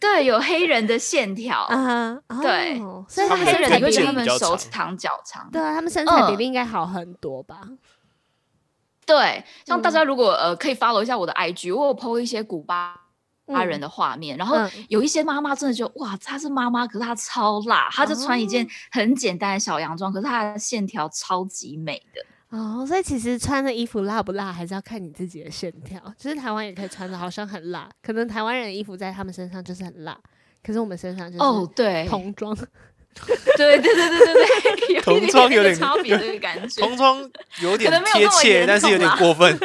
[SPEAKER 3] 对有黑人的线条，
[SPEAKER 4] 嗯
[SPEAKER 1] 啊，哦
[SPEAKER 3] 对
[SPEAKER 1] 所以
[SPEAKER 4] 他
[SPEAKER 1] 他
[SPEAKER 4] 们
[SPEAKER 1] 们
[SPEAKER 3] 黑
[SPEAKER 1] 身
[SPEAKER 3] 人
[SPEAKER 1] 材
[SPEAKER 3] 因为
[SPEAKER 1] 比
[SPEAKER 4] 比
[SPEAKER 3] 他
[SPEAKER 1] 例，
[SPEAKER 3] 们
[SPEAKER 4] 较
[SPEAKER 3] 手
[SPEAKER 4] 长
[SPEAKER 3] 长脚长，
[SPEAKER 1] 对啊，他们身材比
[SPEAKER 3] 嗯
[SPEAKER 1] 例应该好很多吧？
[SPEAKER 3] 对，像大
[SPEAKER 1] 嗯
[SPEAKER 3] 家如果呃可以 follow 一下我的 IG，我有 PO 一些古巴巴人
[SPEAKER 1] 的
[SPEAKER 3] 的画面，然后
[SPEAKER 1] 嗯
[SPEAKER 3] 有一些妈妈真的觉得哇，她是妈妈，可是她超辣，她就穿一
[SPEAKER 1] 哦
[SPEAKER 3] 件很简单的小洋装，可是她的线条超级美的。
[SPEAKER 1] 哦，所以其实穿的衣服辣不辣，还是要看你自己的线条。就是台湾也可以穿的好像很辣，可能台湾人的衣服在他们身上就是很辣，可是我们身上就是
[SPEAKER 3] 哦，对，
[SPEAKER 1] 童 装，
[SPEAKER 3] 对对对对对对，有一
[SPEAKER 4] 童
[SPEAKER 3] 点
[SPEAKER 4] 装
[SPEAKER 3] 那
[SPEAKER 4] 有
[SPEAKER 3] 个
[SPEAKER 4] 点
[SPEAKER 3] 差 别的感觉，
[SPEAKER 4] 童装有点
[SPEAKER 3] 可能没
[SPEAKER 4] 贴
[SPEAKER 3] 有那么
[SPEAKER 4] 切，
[SPEAKER 3] 严
[SPEAKER 4] 但是有
[SPEAKER 3] 重
[SPEAKER 4] 点
[SPEAKER 3] 啦
[SPEAKER 4] 过分。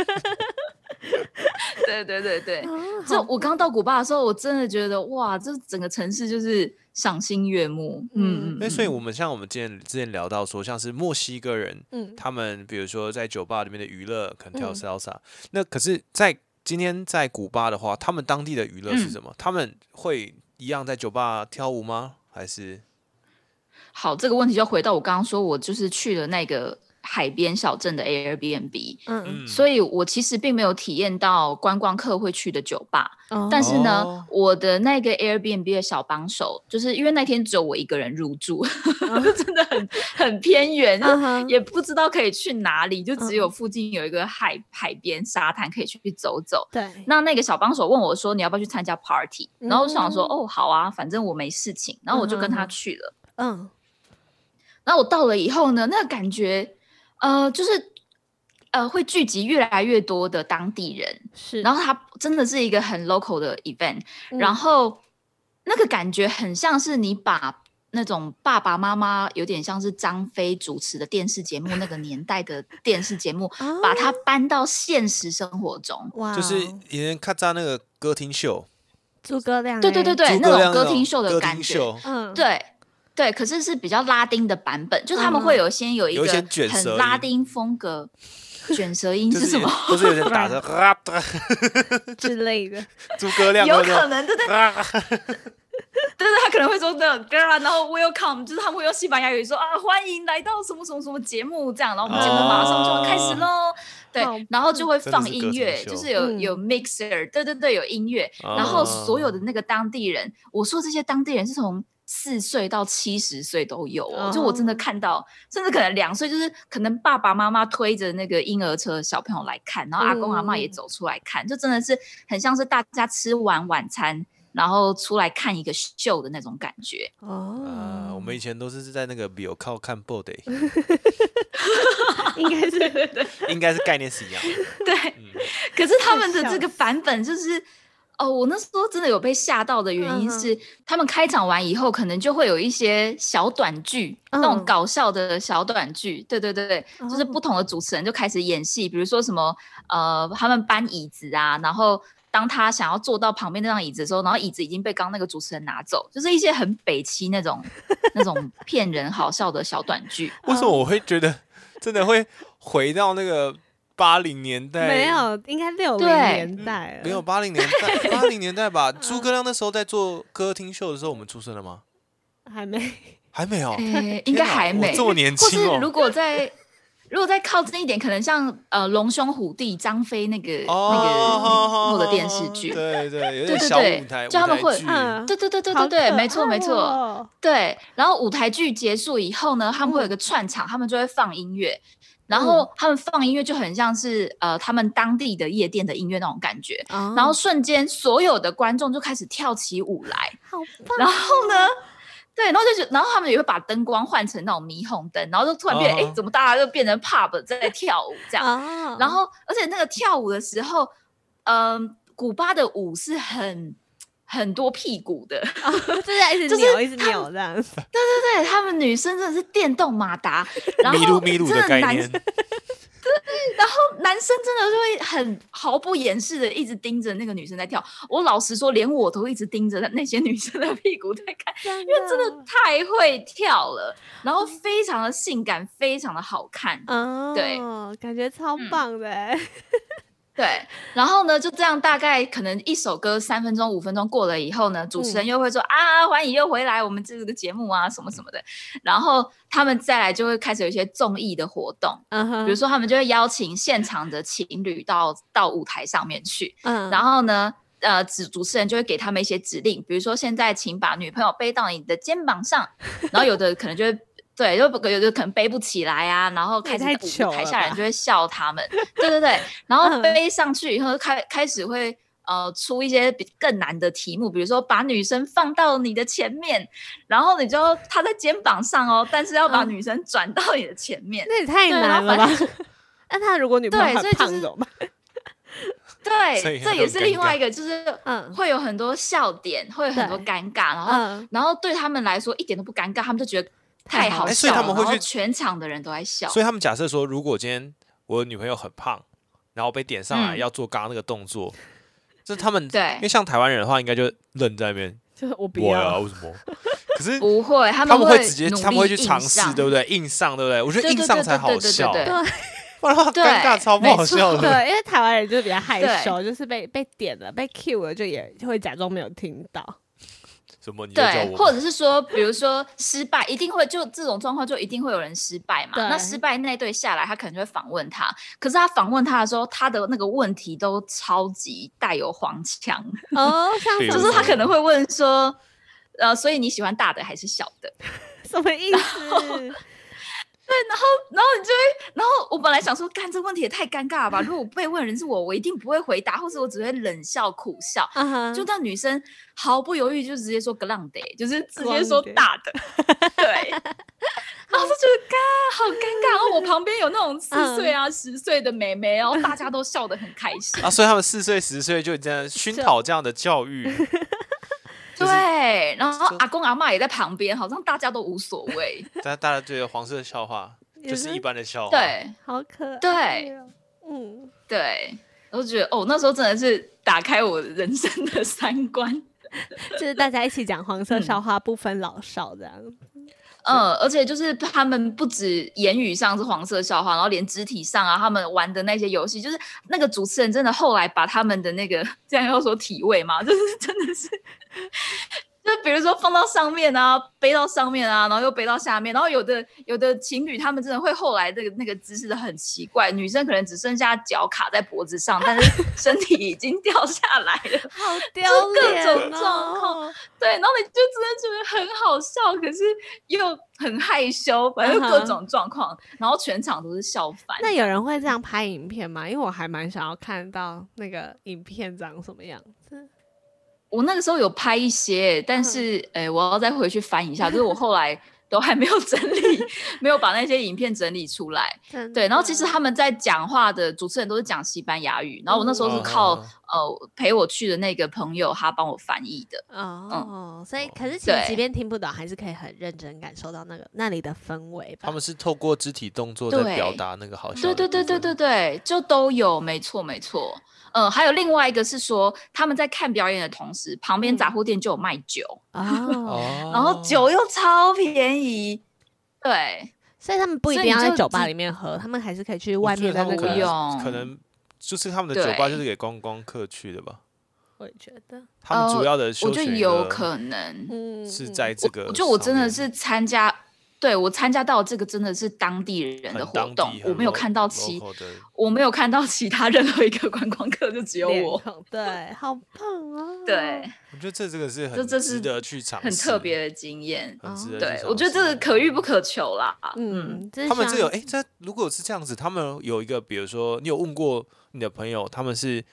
[SPEAKER 3] 对对对对。
[SPEAKER 1] 哦
[SPEAKER 3] 就
[SPEAKER 1] 好
[SPEAKER 3] 我刚到古巴的时候，我真的觉得哇，这整个城市就是赏心悦目。嗯
[SPEAKER 1] 嗯，
[SPEAKER 4] 那
[SPEAKER 3] 嗯
[SPEAKER 4] 所以，
[SPEAKER 3] 嗯
[SPEAKER 4] 我们像我们之前之前聊到说，像是墨西哥人，
[SPEAKER 1] 嗯
[SPEAKER 4] 他们比如说在酒吧里面的娱乐可能跳
[SPEAKER 1] 嗯
[SPEAKER 4] salsa，、那可是，在今天在古巴的话，他们当地的娱乐是
[SPEAKER 3] 嗯
[SPEAKER 4] 什么？他们会一样在酒吧跳舞吗？还是
[SPEAKER 3] 好，这个问题就要回到我刚刚说，我就是去了那个海边小镇的 Airbnb，、
[SPEAKER 1] 嗯
[SPEAKER 3] 所以我其实并没有体验到观光客会去的酒吧。
[SPEAKER 1] 嗯，
[SPEAKER 3] 但是呢，
[SPEAKER 4] 哦
[SPEAKER 3] 我的那个 Airbnb 的小帮手，就是因为那天只有我一个人入住， 真的很很偏远。
[SPEAKER 1] 嗯哼
[SPEAKER 3] 也不知道可以去哪里，就只有附近有一个海、海边沙滩可以去走走。
[SPEAKER 1] 对，
[SPEAKER 3] 那那个小帮手问我说：“你要不要去参加 party？”
[SPEAKER 1] 嗯
[SPEAKER 3] 然后我想说：“哦，好啊，反正我没事情。”然后我就跟
[SPEAKER 1] 嗯
[SPEAKER 3] 他
[SPEAKER 1] 哼哼
[SPEAKER 3] 去了。
[SPEAKER 1] 嗯
[SPEAKER 3] 然后我到了以后呢，那个感觉，呃，就是呃，会聚集越来越多的当地人。
[SPEAKER 1] 是，
[SPEAKER 3] 然
[SPEAKER 1] 后
[SPEAKER 3] 后它真的是一个很 local 的 event，、然后那个感觉很像是你把那种爸爸妈妈有点像是张飞主持的电视节目那个年代的电视节目，把它搬到现实生活中。
[SPEAKER 1] 啊哇哦，
[SPEAKER 4] 就是
[SPEAKER 3] 啊
[SPEAKER 4] 以前看在那个歌厅秀，
[SPEAKER 1] 诸葛亮欸，
[SPEAKER 3] 对对对对，
[SPEAKER 4] 诸
[SPEAKER 3] 那
[SPEAKER 4] 葛亮
[SPEAKER 3] 种歌
[SPEAKER 4] 那
[SPEAKER 3] 厅秀的
[SPEAKER 4] 歌
[SPEAKER 3] 感
[SPEAKER 4] 厅
[SPEAKER 3] 觉，
[SPEAKER 4] 秀，
[SPEAKER 1] 嗯，
[SPEAKER 3] 对对，可是是比较拉丁的版本，就是他们会有先有一
[SPEAKER 4] 有
[SPEAKER 3] 个
[SPEAKER 4] 一些卷舌
[SPEAKER 3] 很
[SPEAKER 4] 音
[SPEAKER 3] 拉丁风格，卷舌音
[SPEAKER 4] 就是
[SPEAKER 3] 什
[SPEAKER 4] 有
[SPEAKER 3] 么？
[SPEAKER 4] 不是有点 打着啊，
[SPEAKER 1] 之类的，
[SPEAKER 4] 诸葛亮
[SPEAKER 3] 有
[SPEAKER 4] 那种
[SPEAKER 3] 可能，对对
[SPEAKER 4] 啊，
[SPEAKER 3] 对对，他可能会说那种 girl，然啊后 welcome，就是他们会用西班牙语说啊，欢迎来到什么什么什么节目这样，然后我们节目马上就要开始
[SPEAKER 4] 哦
[SPEAKER 3] 喽，对
[SPEAKER 1] 好，
[SPEAKER 3] 然后就会
[SPEAKER 4] 真的
[SPEAKER 3] 放
[SPEAKER 4] 是歌
[SPEAKER 3] 音
[SPEAKER 4] 厅
[SPEAKER 3] 乐，
[SPEAKER 4] 秀
[SPEAKER 3] 就是有
[SPEAKER 1] 嗯
[SPEAKER 3] 有 mixer，对对对，有音乐，然后所
[SPEAKER 4] 哦
[SPEAKER 3] 有的那个当地人，我说这些当地人是从四岁到七十岁都有哦，就我真的
[SPEAKER 1] 哦
[SPEAKER 3] 看到，甚至可能两岁，就是可能爸爸妈妈推着那个婴儿车的小朋友来看，然后阿公阿妈也
[SPEAKER 1] 嗯
[SPEAKER 3] 走出来看，就真的是很像是大家吃完晚餐。然后出来看一个秀的那种感觉，
[SPEAKER 1] 哦
[SPEAKER 4] 啊，，我们以前都是在那个比有靠看 body，
[SPEAKER 1] 应该是
[SPEAKER 4] 应该是概念是一样 的。
[SPEAKER 3] 对。
[SPEAKER 4] 嗯
[SPEAKER 3] 可是他们的
[SPEAKER 1] 笑
[SPEAKER 3] 这个版本就是，哦，我那时候真的有被吓到的原
[SPEAKER 1] 嗯
[SPEAKER 3] 因
[SPEAKER 1] 哼
[SPEAKER 3] 是，他们开场完以后，可能就会有一些小短剧，那种
[SPEAKER 1] 嗯
[SPEAKER 3] 搞笑的小短剧。对对对对，就是不同的主持人就开始演戏，比如说什么呃，他们搬椅子啊，然后。当他想要坐到旁边那张椅子的时候，然后椅子已经被刚那个主持人拿走，就是一些很北七那种那种骗人好笑的小短剧。
[SPEAKER 4] 为什么我会觉得真的会回到那个八零年代？嗯
[SPEAKER 1] 没，有，应该六零
[SPEAKER 3] 对
[SPEAKER 1] 年代了，
[SPEAKER 4] 没有八零年代，八零年代吧。诸葛亮那时候在做歌厅秀的时候，我们出生了吗？
[SPEAKER 1] 还没。
[SPEAKER 4] 还没有，
[SPEAKER 3] 诶，哎应
[SPEAKER 4] 哦天
[SPEAKER 3] 该
[SPEAKER 4] 哪
[SPEAKER 3] 还
[SPEAKER 4] 我
[SPEAKER 3] 没
[SPEAKER 4] 这。么年
[SPEAKER 3] 或
[SPEAKER 4] 轻
[SPEAKER 3] 是如
[SPEAKER 4] 哦。
[SPEAKER 3] 果在如果再靠近一点，可能像呃龙兄虎弟张飞那个、
[SPEAKER 4] 哦，
[SPEAKER 3] 那个那个电视剧。
[SPEAKER 4] 对对，有点
[SPEAKER 3] 对对
[SPEAKER 4] 小
[SPEAKER 3] 对
[SPEAKER 4] 舞台，舞
[SPEAKER 3] 就他们
[SPEAKER 4] 台
[SPEAKER 3] 会
[SPEAKER 4] 剧，
[SPEAKER 1] 嗯
[SPEAKER 3] 对对对对
[SPEAKER 1] 好
[SPEAKER 3] 对对，
[SPEAKER 1] 可
[SPEAKER 3] 没错
[SPEAKER 1] 爱
[SPEAKER 3] 没错，
[SPEAKER 1] 哦
[SPEAKER 3] 对。然后舞台剧结束以后呢，他们会有一个串场，他们就会放音乐，然后他们放音乐就很像是呃他们当地的夜店的音乐那种感觉，然后
[SPEAKER 1] 哦
[SPEAKER 3] 瞬间所有的观众就开始跳起舞来，
[SPEAKER 1] 好棒，
[SPEAKER 3] 然后呢，对，然后就觉，然后他们也会把灯光换成那种霓虹灯，然后就突然变，
[SPEAKER 4] 啊
[SPEAKER 3] 哎、怎么大家就变成 pub 在跳舞这样？
[SPEAKER 1] 啊
[SPEAKER 3] 然后，而且那个跳舞的时候，嗯、古巴的舞是很很多屁股的，
[SPEAKER 1] 就是在一直
[SPEAKER 3] 就是
[SPEAKER 1] 扭，一直扭这样子，
[SPEAKER 3] 对对，他们女生真的是电动马达，然后
[SPEAKER 4] 迷路迷路
[SPEAKER 3] 真
[SPEAKER 4] 的概
[SPEAKER 3] 男
[SPEAKER 4] 念，
[SPEAKER 3] 然后男生真的就会很毫不掩饰的一直盯着那个女生在跳。我老实说，连我都一直盯着那些女生的屁股在看，
[SPEAKER 1] 因
[SPEAKER 3] 因为真的太会跳了，然后非常的性感，非常的好看。
[SPEAKER 1] 哦，
[SPEAKER 3] 对，
[SPEAKER 1] 感觉超
[SPEAKER 3] 嗯
[SPEAKER 1] 棒的欸，
[SPEAKER 3] 对，然后呢，就这样，大概可能一首歌三分钟、五分钟过了以后呢，主持人又会说、啊，欢迎又回来我们这个节目啊，什么什么的。然后他们再来就会开始有一些综艺的活动，
[SPEAKER 1] 嗯哼
[SPEAKER 3] 比如，说他们就会邀请现场的情侣到到舞台上面去，
[SPEAKER 1] 嗯，
[SPEAKER 3] 然后呢，呃，主主持人就会给他们一些指令，比如说现在请把女朋友背到你的肩 膀上，然后有的可能就会。对，就有的可能背不起来啊，然后开
[SPEAKER 1] 也
[SPEAKER 3] 始
[SPEAKER 1] 太糗
[SPEAKER 3] 舞台
[SPEAKER 1] 了
[SPEAKER 3] 下
[SPEAKER 1] 吧
[SPEAKER 3] 人就会笑 他们，对对对，然后
[SPEAKER 1] 嗯
[SPEAKER 3] 背上去以后开开始会呃出一些比更难的题目，比如说把女生放到你的前面，然后你就她在肩膀上哦，但是要把
[SPEAKER 1] 嗯
[SPEAKER 3] 女生转到你的前 面，
[SPEAKER 1] 那也太
[SPEAKER 3] 对然
[SPEAKER 1] 难
[SPEAKER 3] 后
[SPEAKER 1] 了吧
[SPEAKER 3] 反？
[SPEAKER 1] 那他如果女朋友
[SPEAKER 3] 对
[SPEAKER 1] 很
[SPEAKER 3] 所以就
[SPEAKER 1] 胖
[SPEAKER 3] 是
[SPEAKER 1] 怎么办？
[SPEAKER 4] 所以
[SPEAKER 3] 对，这
[SPEAKER 4] 很
[SPEAKER 3] 也是
[SPEAKER 4] 尴
[SPEAKER 3] 另
[SPEAKER 4] 尬
[SPEAKER 3] 外一个，就是
[SPEAKER 1] 嗯
[SPEAKER 3] 会有很多笑点，会有很多
[SPEAKER 1] 对
[SPEAKER 3] 尴尬，然后
[SPEAKER 1] 嗯，
[SPEAKER 3] 然后对他们来说一点都不尴尬，他们就觉得太
[SPEAKER 1] 太
[SPEAKER 3] 好
[SPEAKER 1] 好
[SPEAKER 3] 笑了，
[SPEAKER 4] 哎所以他们会
[SPEAKER 3] 然后
[SPEAKER 4] 去
[SPEAKER 3] 全场的人都在笑，
[SPEAKER 4] 所以他们假设说，如果今天我女朋友很胖，然后被点上来
[SPEAKER 3] 嗯
[SPEAKER 4] 要做刚刚那个动作，这他们
[SPEAKER 3] 对
[SPEAKER 4] 因为像台湾人的话，应该就愣在那边，
[SPEAKER 1] 就是我不
[SPEAKER 4] 我呀，
[SPEAKER 1] 要，
[SPEAKER 4] 为什么？可是
[SPEAKER 3] 不会，他
[SPEAKER 4] 他们
[SPEAKER 3] 会
[SPEAKER 4] 直接，
[SPEAKER 3] 努力
[SPEAKER 4] 他们会去尝
[SPEAKER 3] 硬
[SPEAKER 4] 试，
[SPEAKER 3] 上
[SPEAKER 4] 对不对？硬上，对不对？我觉得
[SPEAKER 3] 对
[SPEAKER 4] 硬
[SPEAKER 3] 对
[SPEAKER 4] 上
[SPEAKER 3] 对
[SPEAKER 4] 才
[SPEAKER 3] 对
[SPEAKER 4] 好
[SPEAKER 3] 对对
[SPEAKER 4] 笑，
[SPEAKER 3] 对
[SPEAKER 4] 不然的话尴尬
[SPEAKER 3] 对
[SPEAKER 4] 超不好
[SPEAKER 3] 没错
[SPEAKER 4] 笑 的。
[SPEAKER 1] 对，因为台湾人就是比较害羞，就是被被点了、被 cue 了，就也就会假装没有听到。
[SPEAKER 4] 什么？你又叫
[SPEAKER 3] 对，
[SPEAKER 4] 我
[SPEAKER 3] 或者是说，比如说失败，一定会就这种状况，就一定会有人失败嘛。
[SPEAKER 1] 对
[SPEAKER 3] 那失败那队下来，他可能就会访问他，可是他访问他的时候，他的那个问题都超级带有黄腔，
[SPEAKER 1] 哦， 像
[SPEAKER 4] 比
[SPEAKER 1] 什
[SPEAKER 4] 如
[SPEAKER 1] 么
[SPEAKER 3] 就是他
[SPEAKER 4] 说
[SPEAKER 3] 可能会问说，呃，所以你喜欢大的还是小的？
[SPEAKER 1] 什么意思？
[SPEAKER 3] 然后你就会，然后我本来想说，干这问题也太尴尬 了吧！如果被问的人是我，我一定不会回答，或者我只会冷笑苦笑。
[SPEAKER 1] 啊哈
[SPEAKER 4] 嗯
[SPEAKER 3] 就那女生毫不犹豫就直接说 “glande”，就是直接
[SPEAKER 1] Grande
[SPEAKER 3] 说大 的，对。然后就觉得干好尴 尬，然后我旁边有那种四岁
[SPEAKER 4] 嗯
[SPEAKER 3] 啊、十岁的妹妹，然后大家都笑得很开心。
[SPEAKER 4] 啊？所以他们四岁、十岁就这样熏陶这样的教育， 就是
[SPEAKER 3] 对，然后
[SPEAKER 4] 就
[SPEAKER 3] 阿公阿嬷也在旁边，好像大家都无所谓。
[SPEAKER 4] 大大家觉得黄色笑话
[SPEAKER 1] 也
[SPEAKER 4] 就是一
[SPEAKER 1] 是
[SPEAKER 4] 般的笑话，，
[SPEAKER 3] 对
[SPEAKER 1] 好可爱。
[SPEAKER 3] 对，
[SPEAKER 1] 嗯，
[SPEAKER 3] 对，我就觉得哦，那时候真的是打开我人生的三观。
[SPEAKER 1] 就是大家一起讲黄色笑话，不分老少这样。
[SPEAKER 3] 嗯，而且就是他们不止言语上是黄色笑话，然后连肢体上啊，他们玩的那些游戏，就是那个主持人真的后来把他们的那个 这样要说体位嘛，就是 真的是，就比如说放到上面啊，背到上面啊，然后又背到下面，然后有的有的情侣他们真的会后来这个那个姿势都很奇怪，女生可能只剩下脚卡在脖子上，但是身体已经掉下来了，
[SPEAKER 1] 好丢
[SPEAKER 3] 就是
[SPEAKER 1] 脸
[SPEAKER 3] 各
[SPEAKER 1] 哦！
[SPEAKER 3] 种状况对，然后你就真的觉得很好笑，可是又很害羞，反
[SPEAKER 1] 嗯
[SPEAKER 3] 正
[SPEAKER 1] 哼
[SPEAKER 3] 各种状况然后全场都是笑翻。
[SPEAKER 1] 那有人会这样拍影片吗？因为我还蛮想要看到那个影片长什么样子。嗯
[SPEAKER 3] 我那个时候有拍一些，但是诶、呃我要再回去翻一下，就是我后来都还没有整理， 没有把那些影片整理出来。
[SPEAKER 1] 嗯
[SPEAKER 3] 对，然后其实他们在讲话的主持人都是讲西班牙语，然后我那时候是靠、
[SPEAKER 4] 嗯
[SPEAKER 3] 呃陪我去的那个朋友，他帮我翻译的。
[SPEAKER 1] 哦，所以可是其实
[SPEAKER 3] 嗯对
[SPEAKER 1] 即便听不懂，还是可以很认真感受到那个那里的氛围吧。
[SPEAKER 4] 他们是透过肢体动作在
[SPEAKER 3] 对
[SPEAKER 4] 表达那个好笑。
[SPEAKER 3] 对对对对对，对，就都有，没错没错。呃，还有另外一个是说，他们在看表演的同时，旁边杂货店就有卖酒，
[SPEAKER 1] 哦，
[SPEAKER 4] 哦，
[SPEAKER 3] 然后酒又超便宜。对，
[SPEAKER 1] 所以他们不一
[SPEAKER 3] 所
[SPEAKER 1] 定
[SPEAKER 3] 以
[SPEAKER 1] 要
[SPEAKER 3] 你
[SPEAKER 1] 在
[SPEAKER 3] 就
[SPEAKER 1] 酒吧
[SPEAKER 3] 只
[SPEAKER 1] 里面喝，他们还是可以去
[SPEAKER 4] 我
[SPEAKER 1] 外
[SPEAKER 4] 觉
[SPEAKER 1] 面的
[SPEAKER 4] 得他
[SPEAKER 1] 那
[SPEAKER 4] 们啊
[SPEAKER 3] 不
[SPEAKER 4] 可
[SPEAKER 1] 个。
[SPEAKER 3] 用
[SPEAKER 4] 能可能就是他们的
[SPEAKER 3] 对
[SPEAKER 4] 酒吧就是给观光客去的吧？
[SPEAKER 1] 我也觉得，
[SPEAKER 4] 他们主
[SPEAKER 3] 呃
[SPEAKER 4] 要的
[SPEAKER 3] 我
[SPEAKER 4] 休
[SPEAKER 3] 觉
[SPEAKER 4] 闲
[SPEAKER 3] 得
[SPEAKER 4] 的
[SPEAKER 3] 有可能。
[SPEAKER 1] 嗯，
[SPEAKER 4] 是
[SPEAKER 1] 嗯
[SPEAKER 4] 在这个上面，
[SPEAKER 3] 我就我真的是参加，对我参加到这个真的是当地人的
[SPEAKER 4] 很
[SPEAKER 3] 活
[SPEAKER 4] 当
[SPEAKER 3] 动
[SPEAKER 4] 地，
[SPEAKER 3] 我
[SPEAKER 4] 很
[SPEAKER 3] 没有
[SPEAKER 4] lo-
[SPEAKER 3] 看到其
[SPEAKER 4] local 的
[SPEAKER 3] 我没有看到其他任何一个观光客，就只有
[SPEAKER 1] 脸
[SPEAKER 3] 我。
[SPEAKER 1] 孔对，好棒啊！
[SPEAKER 3] 对，，
[SPEAKER 4] 我觉得这这个是
[SPEAKER 3] 这
[SPEAKER 4] 很
[SPEAKER 3] 这
[SPEAKER 4] 值
[SPEAKER 3] 是
[SPEAKER 4] 得去尝试，
[SPEAKER 3] 很特别，的经验。
[SPEAKER 4] 很值得去尝
[SPEAKER 3] 对
[SPEAKER 4] 试。，
[SPEAKER 3] 我觉得这个可遇不可求啦。嗯，
[SPEAKER 1] 嗯，真
[SPEAKER 4] 他们
[SPEAKER 1] 希
[SPEAKER 4] 这有
[SPEAKER 1] 望
[SPEAKER 4] 哎，这如果是这样子，他们有一个，比如说你有问过你的朋友，他们是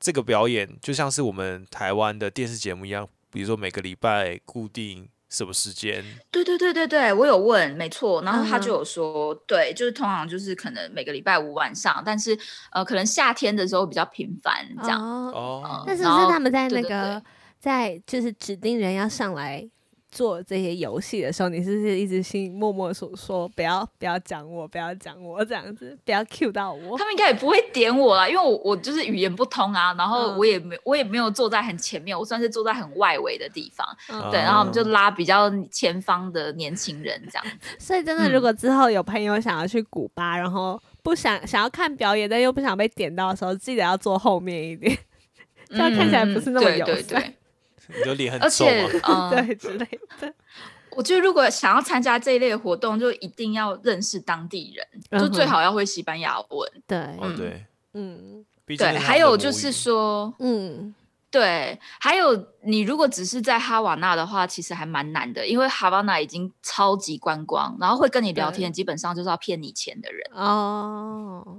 [SPEAKER 4] 这个表演，就像是我们台湾的电视节目一样，比如说每个礼拜固定什么时间，
[SPEAKER 3] 对对对对对，我有问，没错。然后他
[SPEAKER 1] 嗯哼
[SPEAKER 3] 就有说，对，就是通常就是可能每个礼拜五晚上，但是呃，可能夏天的时候比较频繁这样。嗯
[SPEAKER 1] 哦，
[SPEAKER 4] 哦，
[SPEAKER 1] 那是
[SPEAKER 3] 然
[SPEAKER 1] 不是
[SPEAKER 3] 后
[SPEAKER 1] 他们在那
[SPEAKER 3] 对对
[SPEAKER 1] 个在就是指定人要上来做这些游戏的时候，你是不是一直心里默默说说不要不要讲我，不要讲我这样子，不要 cue 到我
[SPEAKER 3] 他？们应该也不会点我啦，因为我我就是语言不通啊，然后
[SPEAKER 1] 嗯
[SPEAKER 3] 我也没我也没有坐在很前面，我算是坐在很外围的地方，
[SPEAKER 1] 嗯
[SPEAKER 3] 对，然后我们就
[SPEAKER 4] 哦
[SPEAKER 3] 拉比较前方的年轻人这样，
[SPEAKER 1] 所以真的，
[SPEAKER 3] 嗯
[SPEAKER 1] 如果之后有朋友想要去古巴，然后不想想要看表演，但又不想被点到的时候，记得要坐后面一点， 这样看起来不是那么
[SPEAKER 3] 嗯
[SPEAKER 1] 友
[SPEAKER 3] 对对
[SPEAKER 1] 善，
[SPEAKER 3] 对，
[SPEAKER 4] 你的脸很
[SPEAKER 3] 而
[SPEAKER 4] 臭
[SPEAKER 3] 且
[SPEAKER 4] 嘛，
[SPEAKER 3] 嗯，
[SPEAKER 1] 对之类的。
[SPEAKER 3] 我觉得如果想要参加这一类的活动，就一定要认识当地人， 就
[SPEAKER 1] 嗯
[SPEAKER 3] 最好要会西班牙文，
[SPEAKER 1] 对，
[SPEAKER 4] 哦
[SPEAKER 3] 嗯
[SPEAKER 4] 对，
[SPEAKER 1] 嗯
[SPEAKER 4] 毕竟
[SPEAKER 3] 对，
[SPEAKER 4] 那是他
[SPEAKER 3] 还
[SPEAKER 4] 们的
[SPEAKER 3] 有
[SPEAKER 4] 母
[SPEAKER 3] 就是
[SPEAKER 4] 语
[SPEAKER 3] 说，
[SPEAKER 1] 嗯，
[SPEAKER 3] 对，还有你如果只是在哈瓦那的话，其实还蛮难的，因为哈瓦那已经超级观光，然后会跟你聊天，基本上就是要骗你钱的人。
[SPEAKER 1] 嗯哦，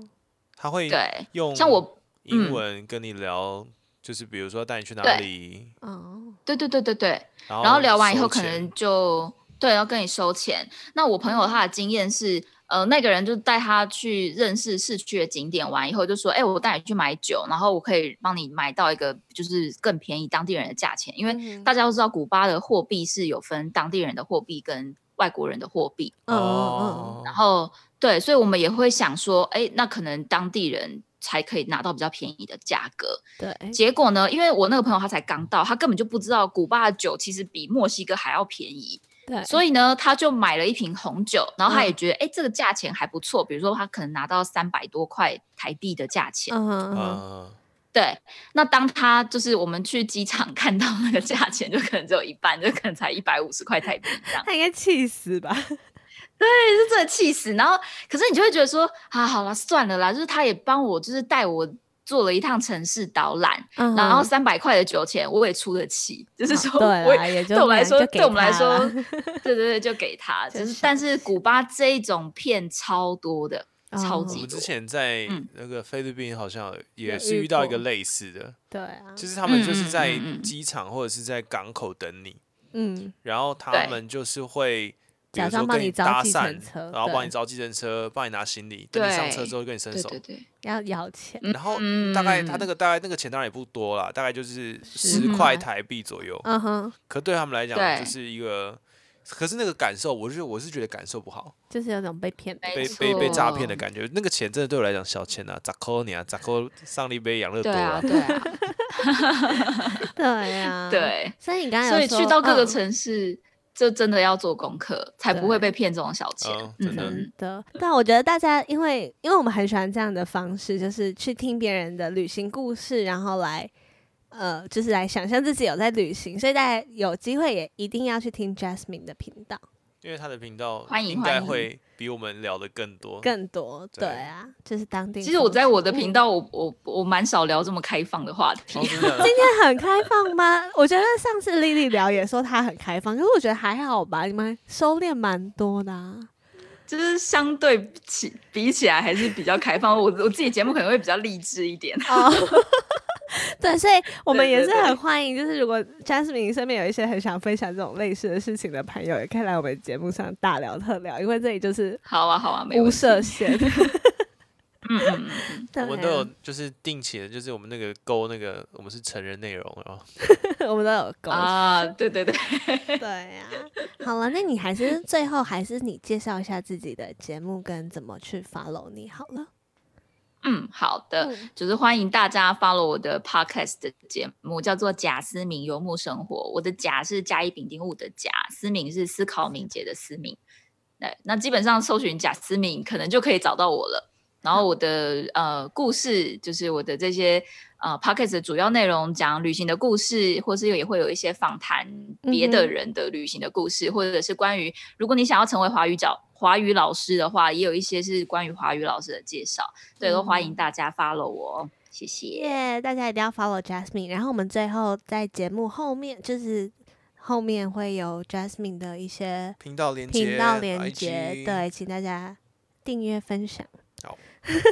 [SPEAKER 4] 他会
[SPEAKER 3] 对，
[SPEAKER 4] 用
[SPEAKER 3] 像我，
[SPEAKER 4] 英
[SPEAKER 3] 嗯
[SPEAKER 4] 文跟你聊，就是比如说带你去哪
[SPEAKER 3] 对
[SPEAKER 4] 里，
[SPEAKER 1] 哦，
[SPEAKER 3] 对对对对对，
[SPEAKER 4] 然
[SPEAKER 3] 然后聊完以
[SPEAKER 4] 哦收
[SPEAKER 3] 后可
[SPEAKER 4] 钱
[SPEAKER 3] 能就对要跟你收钱。那我朋友他的经验是，呃，那个人就带他去认识市区的景点，完以后就说，哎、我带你去买酒，然后我可以帮你买到一个就是更便宜当地人的价钱，因为
[SPEAKER 1] 嗯
[SPEAKER 3] 大家都知道古巴的货币是有分当地人的货币跟外国人的货币，
[SPEAKER 1] 嗯嗯
[SPEAKER 4] 哦
[SPEAKER 3] 然后对，所以我们也会想说，哎，那可能当地人。才可以拿到比较便宜的价格，
[SPEAKER 1] 嗯，对，
[SPEAKER 3] 结果呢，因为我那个朋友他才刚到，他根本就不知道古巴的酒其实比墨西哥还要便宜，
[SPEAKER 1] 对，嗯
[SPEAKER 3] 所
[SPEAKER 1] 以
[SPEAKER 3] 以呢，他就买了一瓶红酒，然后他也
[SPEAKER 1] 嗯
[SPEAKER 3] 觉得哎、诶这个价钱还不错，比如说他可能拿到三百多块台币的价钱。
[SPEAKER 1] 嗯哼嗯哼
[SPEAKER 4] 嗯
[SPEAKER 3] 对，那当他就是我们去机场 看到那个价钱，就可能只有一半，就可能才一百五十块台币这样。
[SPEAKER 1] 他应该气死吧？
[SPEAKER 3] 对，是真的气死。然后，可是你就会觉得说啊，好了，算了啦，就是他也帮我，就是带我做了一趟城市导览，然后三百块的酒钱我也出得起，就是说，我
[SPEAKER 1] 嗯啊对啦，
[SPEAKER 3] 也
[SPEAKER 1] 也就
[SPEAKER 3] 嗯啊 对我们来
[SPEAKER 1] 就
[SPEAKER 3] 说，
[SPEAKER 1] 给
[SPEAKER 3] 对我们来
[SPEAKER 1] 他
[SPEAKER 3] 说
[SPEAKER 1] 啦，
[SPEAKER 3] 对对对，就给他。 就
[SPEAKER 1] 真
[SPEAKER 3] 是
[SPEAKER 1] 是，
[SPEAKER 3] 但是古巴这一种片超多的，超
[SPEAKER 1] 哦
[SPEAKER 4] 我
[SPEAKER 3] 级
[SPEAKER 4] 们之
[SPEAKER 3] 多。
[SPEAKER 4] 前在
[SPEAKER 3] 嗯
[SPEAKER 4] 那个菲律宾好像
[SPEAKER 1] 有
[SPEAKER 4] 也是
[SPEAKER 1] 遇
[SPEAKER 4] 遇到一个
[SPEAKER 1] 过
[SPEAKER 4] 类似的，
[SPEAKER 1] 对啊，
[SPEAKER 4] 就是他们就是
[SPEAKER 3] 嗯嗯
[SPEAKER 4] 在
[SPEAKER 3] 嗯嗯
[SPEAKER 4] 机场或者是在港口等你，
[SPEAKER 1] 嗯，
[SPEAKER 4] 然后他
[SPEAKER 3] 对
[SPEAKER 4] 们就是会。比
[SPEAKER 1] 假
[SPEAKER 4] 如
[SPEAKER 1] 装
[SPEAKER 4] 说
[SPEAKER 1] 帮
[SPEAKER 4] 跟
[SPEAKER 1] 你
[SPEAKER 4] 你
[SPEAKER 1] 招
[SPEAKER 4] 搭
[SPEAKER 1] 计
[SPEAKER 4] 讪
[SPEAKER 1] 程车，
[SPEAKER 4] 然后帮
[SPEAKER 1] 对
[SPEAKER 4] 你招计程车，帮你拿行李，等你上车
[SPEAKER 3] 对
[SPEAKER 4] 之后跟你伸
[SPEAKER 3] 对
[SPEAKER 4] 手
[SPEAKER 3] 对，对，
[SPEAKER 1] 要要钱，
[SPEAKER 4] 然后大概他
[SPEAKER 3] 嗯
[SPEAKER 4] 那个大概那个钱当然也不多啦，大概就是
[SPEAKER 1] 十
[SPEAKER 4] 十块
[SPEAKER 1] 块
[SPEAKER 4] 台币左右，
[SPEAKER 1] 嗯哼，
[SPEAKER 4] 可对他们来讲
[SPEAKER 3] 对
[SPEAKER 4] 就是一个，可是那个感受，我是我是觉得感受不好，
[SPEAKER 1] 就是有种被骗的
[SPEAKER 3] 没
[SPEAKER 1] 感
[SPEAKER 4] 被
[SPEAKER 1] 觉，
[SPEAKER 4] 被被诈骗的
[SPEAKER 3] 错
[SPEAKER 4] 感觉，那个钱真的对我来讲小钱啊，咋扣你啊，咋扣上了一杯养乐多
[SPEAKER 3] 对啊
[SPEAKER 4] 啊，
[SPEAKER 3] 对 啊
[SPEAKER 1] 对啊，。
[SPEAKER 3] 对。
[SPEAKER 1] 所以你刚才有
[SPEAKER 3] 所以
[SPEAKER 1] 说
[SPEAKER 3] 去到各个
[SPEAKER 1] 嗯
[SPEAKER 3] 城市，就真的要做功课，才不会
[SPEAKER 1] 对
[SPEAKER 3] 被骗这种小钱
[SPEAKER 4] 嗯。真的
[SPEAKER 3] 嗯
[SPEAKER 1] 真的，但我觉得大家因为因为我们很喜欢这样的方式，就是去听别人的旅行故事，然后来呃，就是来想象自己有在旅行，所以大家有机会也一定要去听 Jasmine 的频道
[SPEAKER 4] 因为他的频道
[SPEAKER 3] 欢迎
[SPEAKER 4] 应该
[SPEAKER 3] 欢迎
[SPEAKER 4] 会比我们聊的更多。
[SPEAKER 1] 更多。对
[SPEAKER 4] 对
[SPEAKER 1] 啊，就是当地风俗。
[SPEAKER 3] 其实我在我的频道，我我我蛮少聊这么开放的话题
[SPEAKER 4] 哦，。真的
[SPEAKER 1] 今天很开放吗？ 我觉得上次丽丽聊也说她很开放，可是我觉得还好吧，你们收敛蛮多的、啊。
[SPEAKER 3] 就是相对起比起来还是比较开放。我我自己节目可能会比较励志一点。
[SPEAKER 1] 哦， 对，所以我们
[SPEAKER 3] 对
[SPEAKER 1] 也
[SPEAKER 3] 对
[SPEAKER 1] 是
[SPEAKER 3] 对
[SPEAKER 1] 很欢迎，就是如果 Jasmine 身边有一些很想分享这种类似的事情的朋友，也可以来我们节目上大聊特聊，因为这里就是
[SPEAKER 3] 好啊，好啊，没
[SPEAKER 1] 无
[SPEAKER 3] 问题。
[SPEAKER 1] 设限。
[SPEAKER 3] 嗯嗯嗯，
[SPEAKER 1] 对啊
[SPEAKER 4] 我们都有就是定期的，就是我们那个勾那个，我们是成人内容，哦然 后
[SPEAKER 1] 我们都有沟
[SPEAKER 3] 嗯啊，对对对，
[SPEAKER 1] 对呀、好了，那你还是最后还是你介绍一下自己的节目跟怎么去 follow 你好了。
[SPEAKER 3] 嗯，好的。
[SPEAKER 1] 嗯
[SPEAKER 3] 就是欢迎大家 follow 我的 podcast 的节目，叫做《贾思敏游牧生活》。我的“贾”是甲乙丙丁戊的“贾”，思敏是思考敏捷的思敏。那那基本上搜寻贾思敏，可能就可以找到我了。然后我的呃故事，就是我的这些呃 podcast 的主要内容，讲旅行的故事，或是也会有一些访谈别
[SPEAKER 1] 嗯
[SPEAKER 3] 的
[SPEAKER 1] 哼
[SPEAKER 3] 人的旅行的故事，或者是关于如果你想要成为华语角华语老师的话，也有一些是关于华语老师的介绍。对，都欢迎大家 follow 我哦，谢谢。
[SPEAKER 1] 耶大家一定要 follow Jasmine。然后我们最后在节目后面，就是后面会有 Jasmine 的一些
[SPEAKER 4] 频道连接，
[SPEAKER 1] 频道连接，
[SPEAKER 4] IG，
[SPEAKER 1] 对，请大家订阅分享。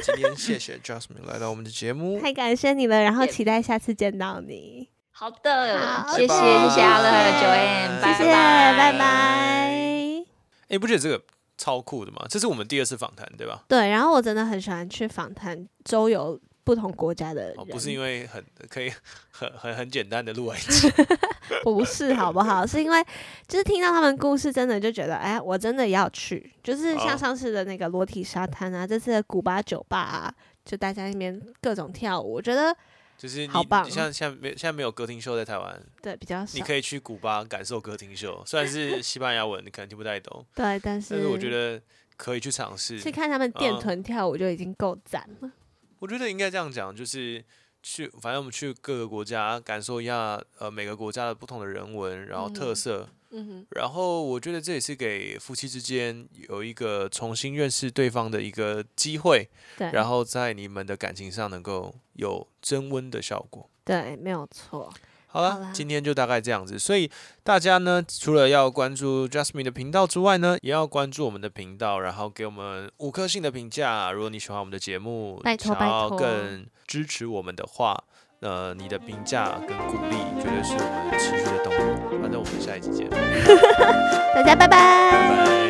[SPEAKER 4] 今天谢谢 Jasmine 来到我们的节目，
[SPEAKER 1] 太感谢你了，然后
[SPEAKER 3] 也
[SPEAKER 1] 期待下次见到你。
[SPEAKER 3] 好的，
[SPEAKER 1] 好
[SPEAKER 3] 谢谢
[SPEAKER 4] 拜拜
[SPEAKER 3] 谢阿乐
[SPEAKER 1] 谢谢
[SPEAKER 3] Joanne，
[SPEAKER 1] 谢
[SPEAKER 3] 拜
[SPEAKER 1] 谢，
[SPEAKER 3] 拜
[SPEAKER 1] 拜拜。
[SPEAKER 4] 哎、不觉得这个超酷的吗？这是我们第二次访谈，对吧？
[SPEAKER 1] 对，然后我真的很喜欢去访谈周游不同国家的人，
[SPEAKER 4] 哦，不是因为很可以 很很很简单的录完一集，
[SPEAKER 1] 不是好不好？是因为就是听到他们故事，真的就觉得，哎，我真的要去。就是像
[SPEAKER 4] 哦
[SPEAKER 1] 上次的那个裸体沙滩啊，这次的古巴酒吧啊，就大家那边各种跳舞，我觉得
[SPEAKER 4] 就是你
[SPEAKER 1] 好棒啊
[SPEAKER 4] 你像现在没现在没有歌厅秀在台湾，
[SPEAKER 1] 对比较
[SPEAKER 4] 你
[SPEAKER 1] 少。
[SPEAKER 4] 可以去古巴感受歌厅秀，虽然是西班牙文，你可能听不太懂，
[SPEAKER 1] 对，但是
[SPEAKER 4] 但是我觉得可以去尝试。
[SPEAKER 1] 去看他们电
[SPEAKER 4] 嗯
[SPEAKER 1] 臀跳舞就已经够赞了。
[SPEAKER 4] 我觉得应该这样讲，就是去，反正我们去各个国家感受一下，呃，每个国家的不同的人文，然后特
[SPEAKER 1] 嗯
[SPEAKER 4] 色，
[SPEAKER 1] 嗯哼，
[SPEAKER 4] 然后我觉得这也是给夫妻之间有一个重新认识对方的一个机会，
[SPEAKER 1] 对，
[SPEAKER 4] 然后在你们的感情上能够有增温的效果。
[SPEAKER 1] 对，没有错。
[SPEAKER 4] 好了，
[SPEAKER 1] 好啦
[SPEAKER 4] 今天就大概这样子。所以大家呢，除了要关注 Jasmine 的频道之外呢，也要关注我们的频道，然后给我们五颗星的评价。如果你喜欢我们的节目，
[SPEAKER 1] 拜托
[SPEAKER 4] 想
[SPEAKER 1] 拜
[SPEAKER 4] 要
[SPEAKER 1] 托
[SPEAKER 4] 更支持我们的话，呃，你的评价跟鼓励绝对是我们持续的动力。反正我们下一期见，拜
[SPEAKER 1] 大家拜拜
[SPEAKER 4] 拜。